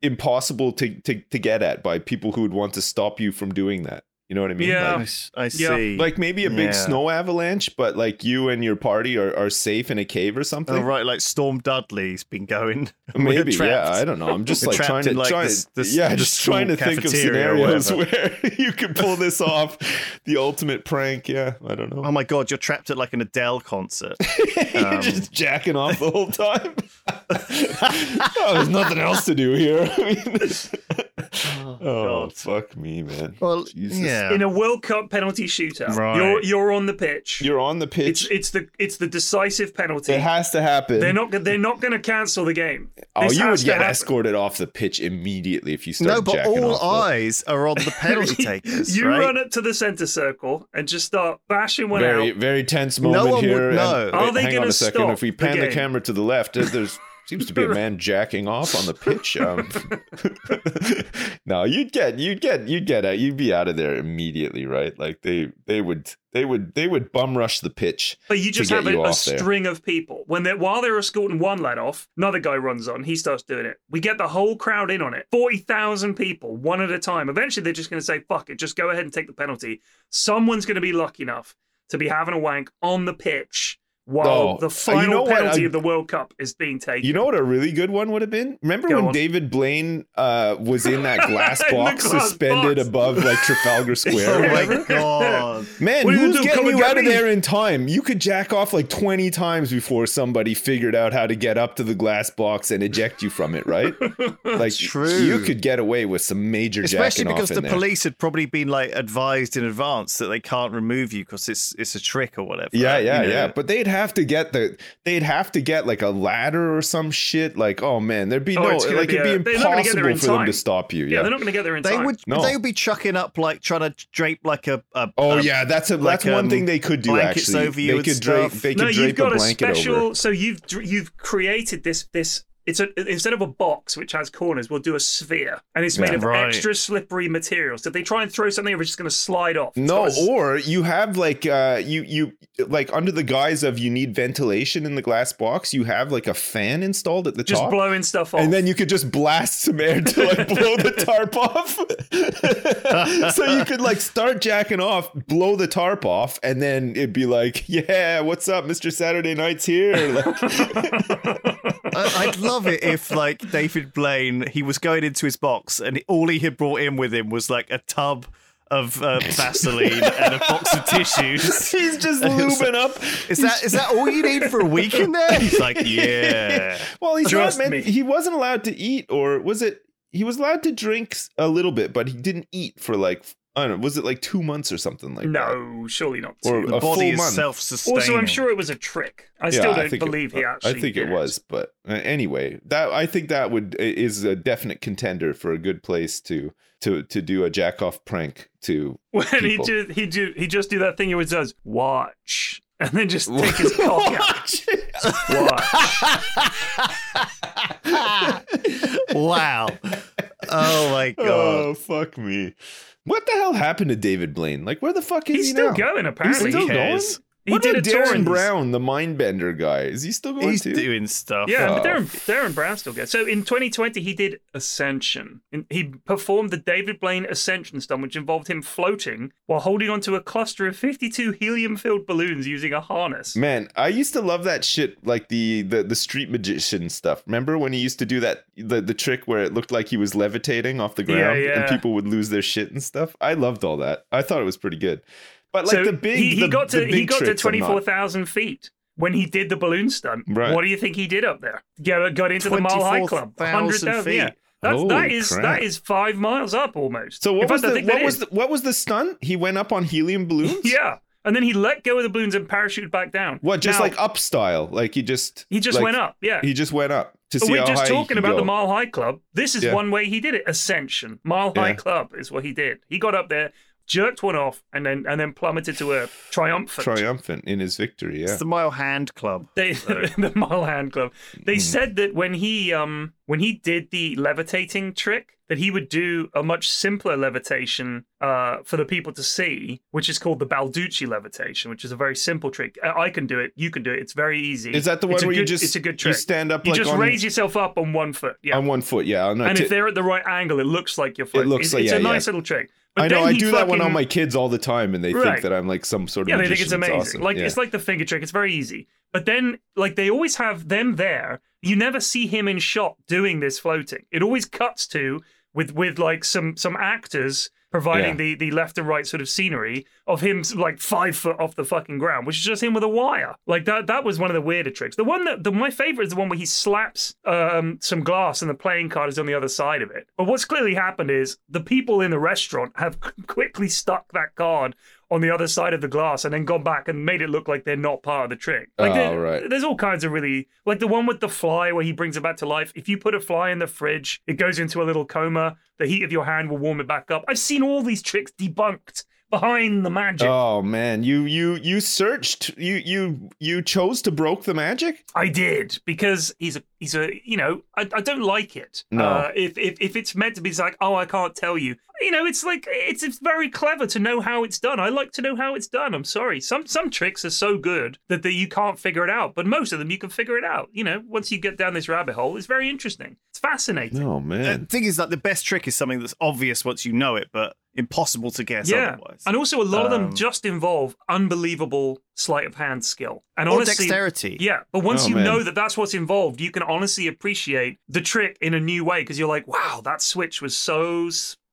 C: impossible to to to get at by people who would want to stop you from doing that. You know what I mean?
D: Yeah.
C: Like,
B: I s- I
D: Yeah.
B: see.
C: like maybe a big
B: Yeah.
C: snow avalanche, but like you and your party are, are safe in a cave or something.
B: Oh, right, like Storm Dudley's been going. We're
C: Maybe, yeah.
B: trapped.
C: I don't know. I'm just
B: We're
C: like
B: trapped
C: trying to
B: in, like,
C: try,
B: this- this-
C: yeah,
B: this
C: just trying to
B: school
C: think of
B: cafeteria or
C: scenarios where you could pull this off. the ultimate prank, yeah. I don't know.
B: Oh my god, you're trapped at like an Adele concert.
C: You're
B: Um,
C: just jacking off the whole time. oh, there's nothing else to do here. I mean, Oh,
D: God.
C: fuck me, man.
B: Well,
C: Jesus.
B: yeah.
D: in a World Cup penalty shootout.
B: Right.
D: You're you're on the pitch.
C: You're on the
D: it's
C: pitch.
D: it's the it's the decisive penalty.
C: it has to happen.
D: they're not they're not going to cancel the game.
C: oh,
D: This
C: you would
D: has to
C: get
D: happen.
C: escorted off the pitch immediately if you start
B: No, but
C: jacking
B: all
C: off.
B: eyes are on the penalty takers.
D: You
B: right?
D: run up to the center circle and just start bashing
C: though.
D: one
C: Very,
D: out.
C: very tense
B: No
C: moment
B: one would
C: here. and-
B: know.
D: Are they
C: hang on
D: gonna
C: a second.
D: stop
C: If we
D: the
C: pan the,
D: game?
C: camera to the left, uh, there's seems to be a man jacking off on the pitch. Um, no, you'd get, you'd get, you'd get out. You'd be out of there immediately, right? Like they, they would, they would, they would bum rush the pitch.
D: But you just
C: get
D: have a,
C: you
D: a
C: off there.
D: string of people. When they're while they're escorting one lad off, another guy runs on. He starts doing it. We get the whole crowd in on it. Forty thousand people, one at a time. Eventually, they're just going to say, "Fuck it, just go ahead and take the penalty." Someone's going to be lucky enough to be having a wank on the pitch while
C: Oh,
D: the
C: you
D: final
C: know what?
D: penalty
C: I-
D: of the World Cup is being taken.
C: You know what a really good one would have been? Remember
D: Go
C: when
D: on.
C: David Blaine uh, was in that glass
D: In the
C: box
D: glass
C: suspended
D: box.
C: above like Trafalgar
B: Oh
C: Square?
B: my god!
C: Man,
D: What do you
C: who's
D: do?
C: getting
D: Come and
C: you
D: get
C: out of
D: me?
C: there in time? You could jack off like 20 times before somebody figured out how to get up to the glass box and eject you from it, right? Like
B: True.
C: you could get away with some major
B: Especially
C: jacking
B: because
C: off
B: the
C: in there.
B: police had probably been like advised in advance that they can't remove you because it's it's a trick or whatever.
C: Yeah,
B: right?
C: yeah,
B: You know?
C: yeah. But they'd have to get the they'd have to get like a ladder or some shit. Like, oh man, there'd be
D: Oh,
C: no
D: it's gonna
C: like
D: be a-
C: it'd be
D: they're not gonna get
C: impossible
D: there in
C: for them to
D: time.
C: stop you.
D: yeah, they're not going to get there in
B: They
D: time.
B: would
C: No.
B: they would be chucking up like trying to drape like a, a
C: Oh
D: Um,
B: a-
C: yeah, that's a
B: like,
C: that's one
B: um,
C: thing they could do.
B: blankets
C: Actually,
B: over you
C: they
B: and
C: could drape.
B: stuff.
C: They could
D: no,
C: drape
D: you've got
C: a
D: a,
C: blanket
D: special.
C: over.
D: So you've dr- you've created this this. It's a, instead of a box which has corners, we'll do a sphere, and it's made
C: Yeah.
D: of
B: Right.
D: extra slippery materials. So if they try and throw something over, it's just going to slide off. It's
C: No,
D: got a-
C: or you have like uh you you like under the guise of you need ventilation in the glass box, you have like a fan installed at the
D: just
C: top.
D: blowing stuff off.
C: and then you could just blast some air to like blow the tarp off. so you could like start jacking off, blow the tarp off, and then it'd be like, "Yeah, what's up, Mister Saturday Night's here?" Like,
B: I, I'd love it if like David Blaine, he was going into his box and all he had brought in with him was like a tub of uh, Vaseline and a box of tissues.
C: he's just
B: It was
C: lubing up.
B: Is that is that all you need for a week in there? He's like, yeah.
C: Well, he's
D: Trust
C: not
D: me.
C: meant. He wasn't allowed to eat, or was it? He was allowed to drink s- a little bit, but he didn't eat for like I don't know. Was it like two months or something like that?
D: no, surely not.
C: or
D: Two.
B: The
C: a
B: body
C: full
B: is
C: month.
B: self-sustaining.
D: Also, I'm sure it was a trick. I still
C: Yeah,
D: don't
C: think it-
D: believe he actually.
C: I think it
D: did
C: was, but uh, anyway, that I think that would i- is a definite contender for a good place to to to do a jack off prank to.
D: When he
C: people.
D: do he do he just do that thing he always does. Watch. And then just take his cock out. Watch.
B: wow. Oh my god.
C: Oh fuck me! What the hell happened to David Blaine? Like, where the fuck is
D: He's
C: he
D: still
C: now?
D: going, apparently.
C: still
D: He
C: going?
D: cares. He
C: what
D: did
C: about
D: a
C: Darren
D: Torrens.
C: Brown, the mindbender guy? Is he still going
B: He's
C: to?
B: doing stuff.
D: Yeah,
C: Oh.
D: but Darren, Darren Brown still gets. So in 2020, he did Ascension. And he performed the David Blaine Ascension stunt, which involved him floating while holding onto a cluster of 52 helium filled balloons using a harness.
C: Man, I used to love that shit, like the the, the street magician stuff. Remember when he used to do that the, the trick where it looked like he was levitating off the
D: Yeah,
C: ground and
D: yeah.
C: people would lose their shit and stuff? I loved all that. I thought it was pretty good. But like
D: so
C: the big,
D: he, he
C: the-
D: got to
C: the
D: he
C: big
D: got to
C: tricks, I'm not-
D: 24,000 feet when he did the balloon stunt.
C: Right.
D: What do you think he did up there? Got, got into the Mile High Club.
B: 24,000
D: 100,000, yeah.
B: feet.
D: That's, that
C: Holy
D: is
C: crap.
D: that is five miles up almost.
C: So
D: In
C: what was
D: fact,
C: the
D: I think that
C: what was
D: is.
C: the, what was the stunt? He went up on helium balloons.
D: yeah? And then he let go of the balloons and parachuted back down.
C: What just
D: Now,
C: like up style? Like he just
D: He just
C: like,
D: went up. Yeah.
C: He just went up to
D: But
C: see
D: we're
C: how
D: just
C: high he
D: talking
C: could
D: about
C: go.
D: the Mile High Club. This is
C: Yeah.
D: one way he did it. Ascension. Mile High
C: Yeah.
D: Club is what he did. He got up there, jerked one off, and then and then plummeted to earth. Triumphant.
C: triumphant in his victory. Yeah.
B: It's the Mile Hand Club.
D: They, the Mile High Club.
C: Hmm.
D: They said that when he um when he did the levitating trick, that he would do a much simpler levitation uh for the people to see, which is called the Balducci levitation, which is a very simple trick. Uh, I, I can do it. You can do it. It's very easy.
C: Is that the one
D: It's a
C: where you
D: good-
C: just
D: it's a good
C: you
D: trick.
C: stand up
D: You
C: like
D: just
C: on,
D: raise yourself up on one foot. Yeah.
C: on one foot? Yeah. On a
D: and
C: ti-
D: if they're at the right angle, it looks like you're floating.
C: looks
D: it's,
C: like-
D: it's
C: yeah,
D: a nice
C: yeah.
D: little trick.
C: I know
D: then
C: I
D: he
C: do that one on
D: fucking-
C: my kids all the time, and they think
D: Right.
C: that I'm like some sort of
D: Yeah, they think
C: magician.
D: it's amazing.
C: awesome.
D: Like
C: Yeah.
D: it's like the finger trick. It's very easy. But then, like they always have them there. You never see him in shot doing this floating. It always cuts to with with like some some actors providing
C: Yeah.
D: the, the left and right sort of scenery of him like five foot off the fucking ground, which is just him with a wire. Like that that was one of the weirder tricks. The one that the, my favorite is the one where he slaps um, some glass and the playing card is on the other side of it. But what's clearly happened is the people in the restaurant have quickly stuck that card on the other side of the glass and then gone back and made it look like they're not part of the trick. Like
C: Oh,
D: there-
C: right.
D: there's all kinds of really like the one with the fly where he brings it back to life. If you put a fly in the fridge, it goes into a little coma. The heat of your hand will warm it back up. I've seen all these tricks debunked behind the magic.
C: Oh man, you you you searched. You you you chose to broke the magic.
D: I did because he's a he's a you know I, I don't like it.
C: No.
D: Uh, if, if if it's meant to be it's like oh I can't tell you you know it's like it's it's very clever to know how it's done. I like to know how it's done. I'm sorry. Some some tricks are so good that, that you can't figure it out, but most of them you can figure it out. You know once you get down this rabbit hole, it's very interesting. It's fascinating.
C: No
B: The
C: Oh, man.
B: thing is, like, the best trick is something that's obvious once you know it, but impossible to guess otherwise.
D: and also a lot of them
B: Um,
D: just involve unbelievable sleight of hand skill and
B: or
D: honestly,
B: dexterity.
D: Yeah, but once
C: Oh,
D: you
C: man.
D: know that that's what's involved, you can honestly appreciate the trick in a new way because you're like, wow, that switch was so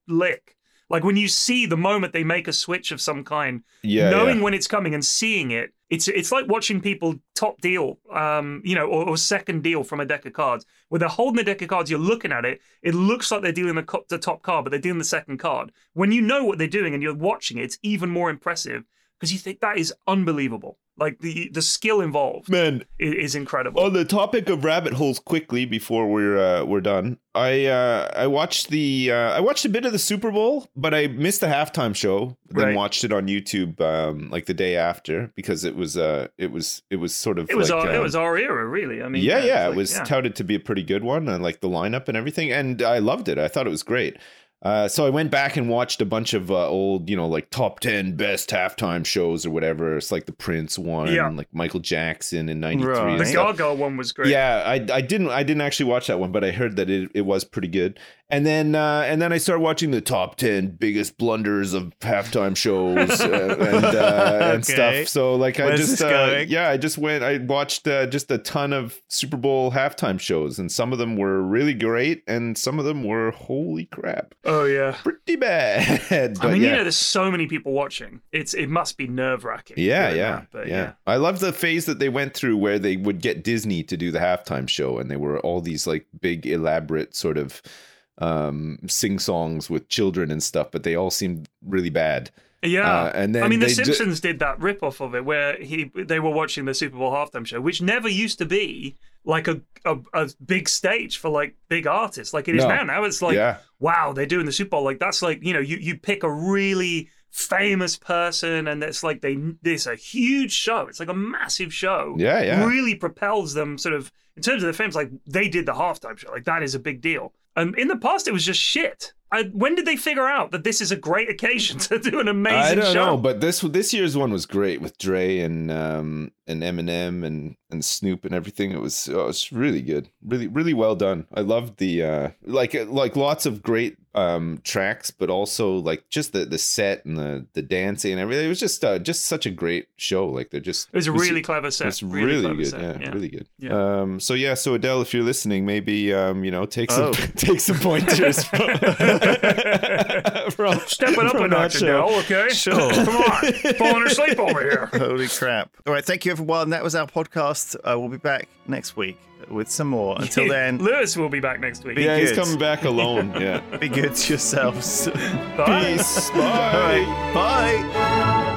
D: slick. Like when you see the moment they make a switch of some kind,
C: Yeah.
D: knowing
C: yeah.
D: when it's coming and seeing it, it's it's like watching people top deal, um, you know, or, or second deal from a deck of cards. Where they're holding the deck of cards, you're looking at it. It looks like they're dealing the, co- the top card, but they're dealing the second card. When you know what they're doing and you're watching it, it's even more impressive because you think that is unbelievable. Like the the skill involved
C: Man,
D: is, is incredible.
C: on the topic of rabbit holes quickly before we're uh, we're done i uh, i watched the uh, i watched a bit of the super bowl but i missed the halftime show then
D: Right.
C: watched it on youtube um, like the day after because it was uh it was it was sort of
D: it was
C: like,
D: our,
C: uh,
D: it was our era, really. I mean,
C: yeah, yeah,
D: like-
C: it was
D: yeah.
C: touted to be a pretty good one, and like the lineup and everything, and I loved it. I thought it was great. Uh, so I went back and watched a bunch of uh, old, you know, like top ten best halftime shows or whatever. It's like the Prince one,
D: Yeah.
C: like Michael Jackson in '93.
B: Right.
C: and
D: the
B: Yeah.
C: stuff.
D: Gaga one was great.
C: Yeah, I, I didn't I didn't actually watch that one, but I heard that it, it was pretty good. And then uh, and then I started watching the top ten biggest blunders of halftime shows uh, and, uh,
B: Okay.
C: and stuff. So like I
B: Where's
C: just
B: this
C: uh,
B: going?
C: yeah I just went I watched uh, just a ton of Super Bowl halftime shows, and some of them were really great, and some of them were holy crap,
D: Oh yeah.
C: pretty bad.
D: I
C: But
D: mean,
C: yeah.
D: you know, there's so many people watching. It's it must be nerve wracking.
C: Yeah, yeah,
D: But
C: yeah,
D: yeah.
C: I love the phase that they went through where they would get Disney to do the halftime show, and they were all these like big, elaborate sort of um sing songs with children and stuff, but they all seemed really bad.
D: Yeah.
C: Uh, and then
D: I mean, The
C: they ju-
D: Simpsons did that rip off of it where he they were watching the Super Bowl halftime show, which never used to be like a a, a big stage for like big artists like it is
C: No.
D: now. Now it's like,
C: yeah,
D: wow, they're doing the Super Bowl. Like that's like you know, you you pick a really famous person, and it's like they it's a huge show. It's like a massive show.
C: yeah, yeah.
D: really propels them sort of in terms of the films like they did the halftime show like that is a big deal um, in the past it was just shit I, when did they figure out that this is a great occasion to do an amazing
C: I don't
D: show
C: know, but this this year's one was great with Dre and um and Eminem and and Snoop and everything. It was oh, it was really good, really really well done. I loved the uh like like lots of great um tracks, but also like just the the set and the the dancing and everything. It was just uh, just such a great show. Like they're just
D: it was a really clever set
C: it's
D: really,
C: really,
D: clever
C: good,
D: set.
C: yeah, really good.
D: Yeah.
C: Um, so yeah, so Adele, if you're listening, maybe um, you know, take some
B: Oh.
C: take some pointers from, from
D: Step it up a
C: from that
D: notch
C: show.
D: now, okay?
B: Sure.
D: Come on, falling asleep over here.
B: Holy crap. All right. Thank you, everyone. That was our podcast. Uh, we'll be back next week with some more. Until then,
D: Lewis will be back next week.
B: Be
C: yeah, he's
B: good.
C: coming back alone. Yeah.
B: be good to yourselves.
D: Bye.
C: Peace.
B: All
C: Bye.
B: right. Bye.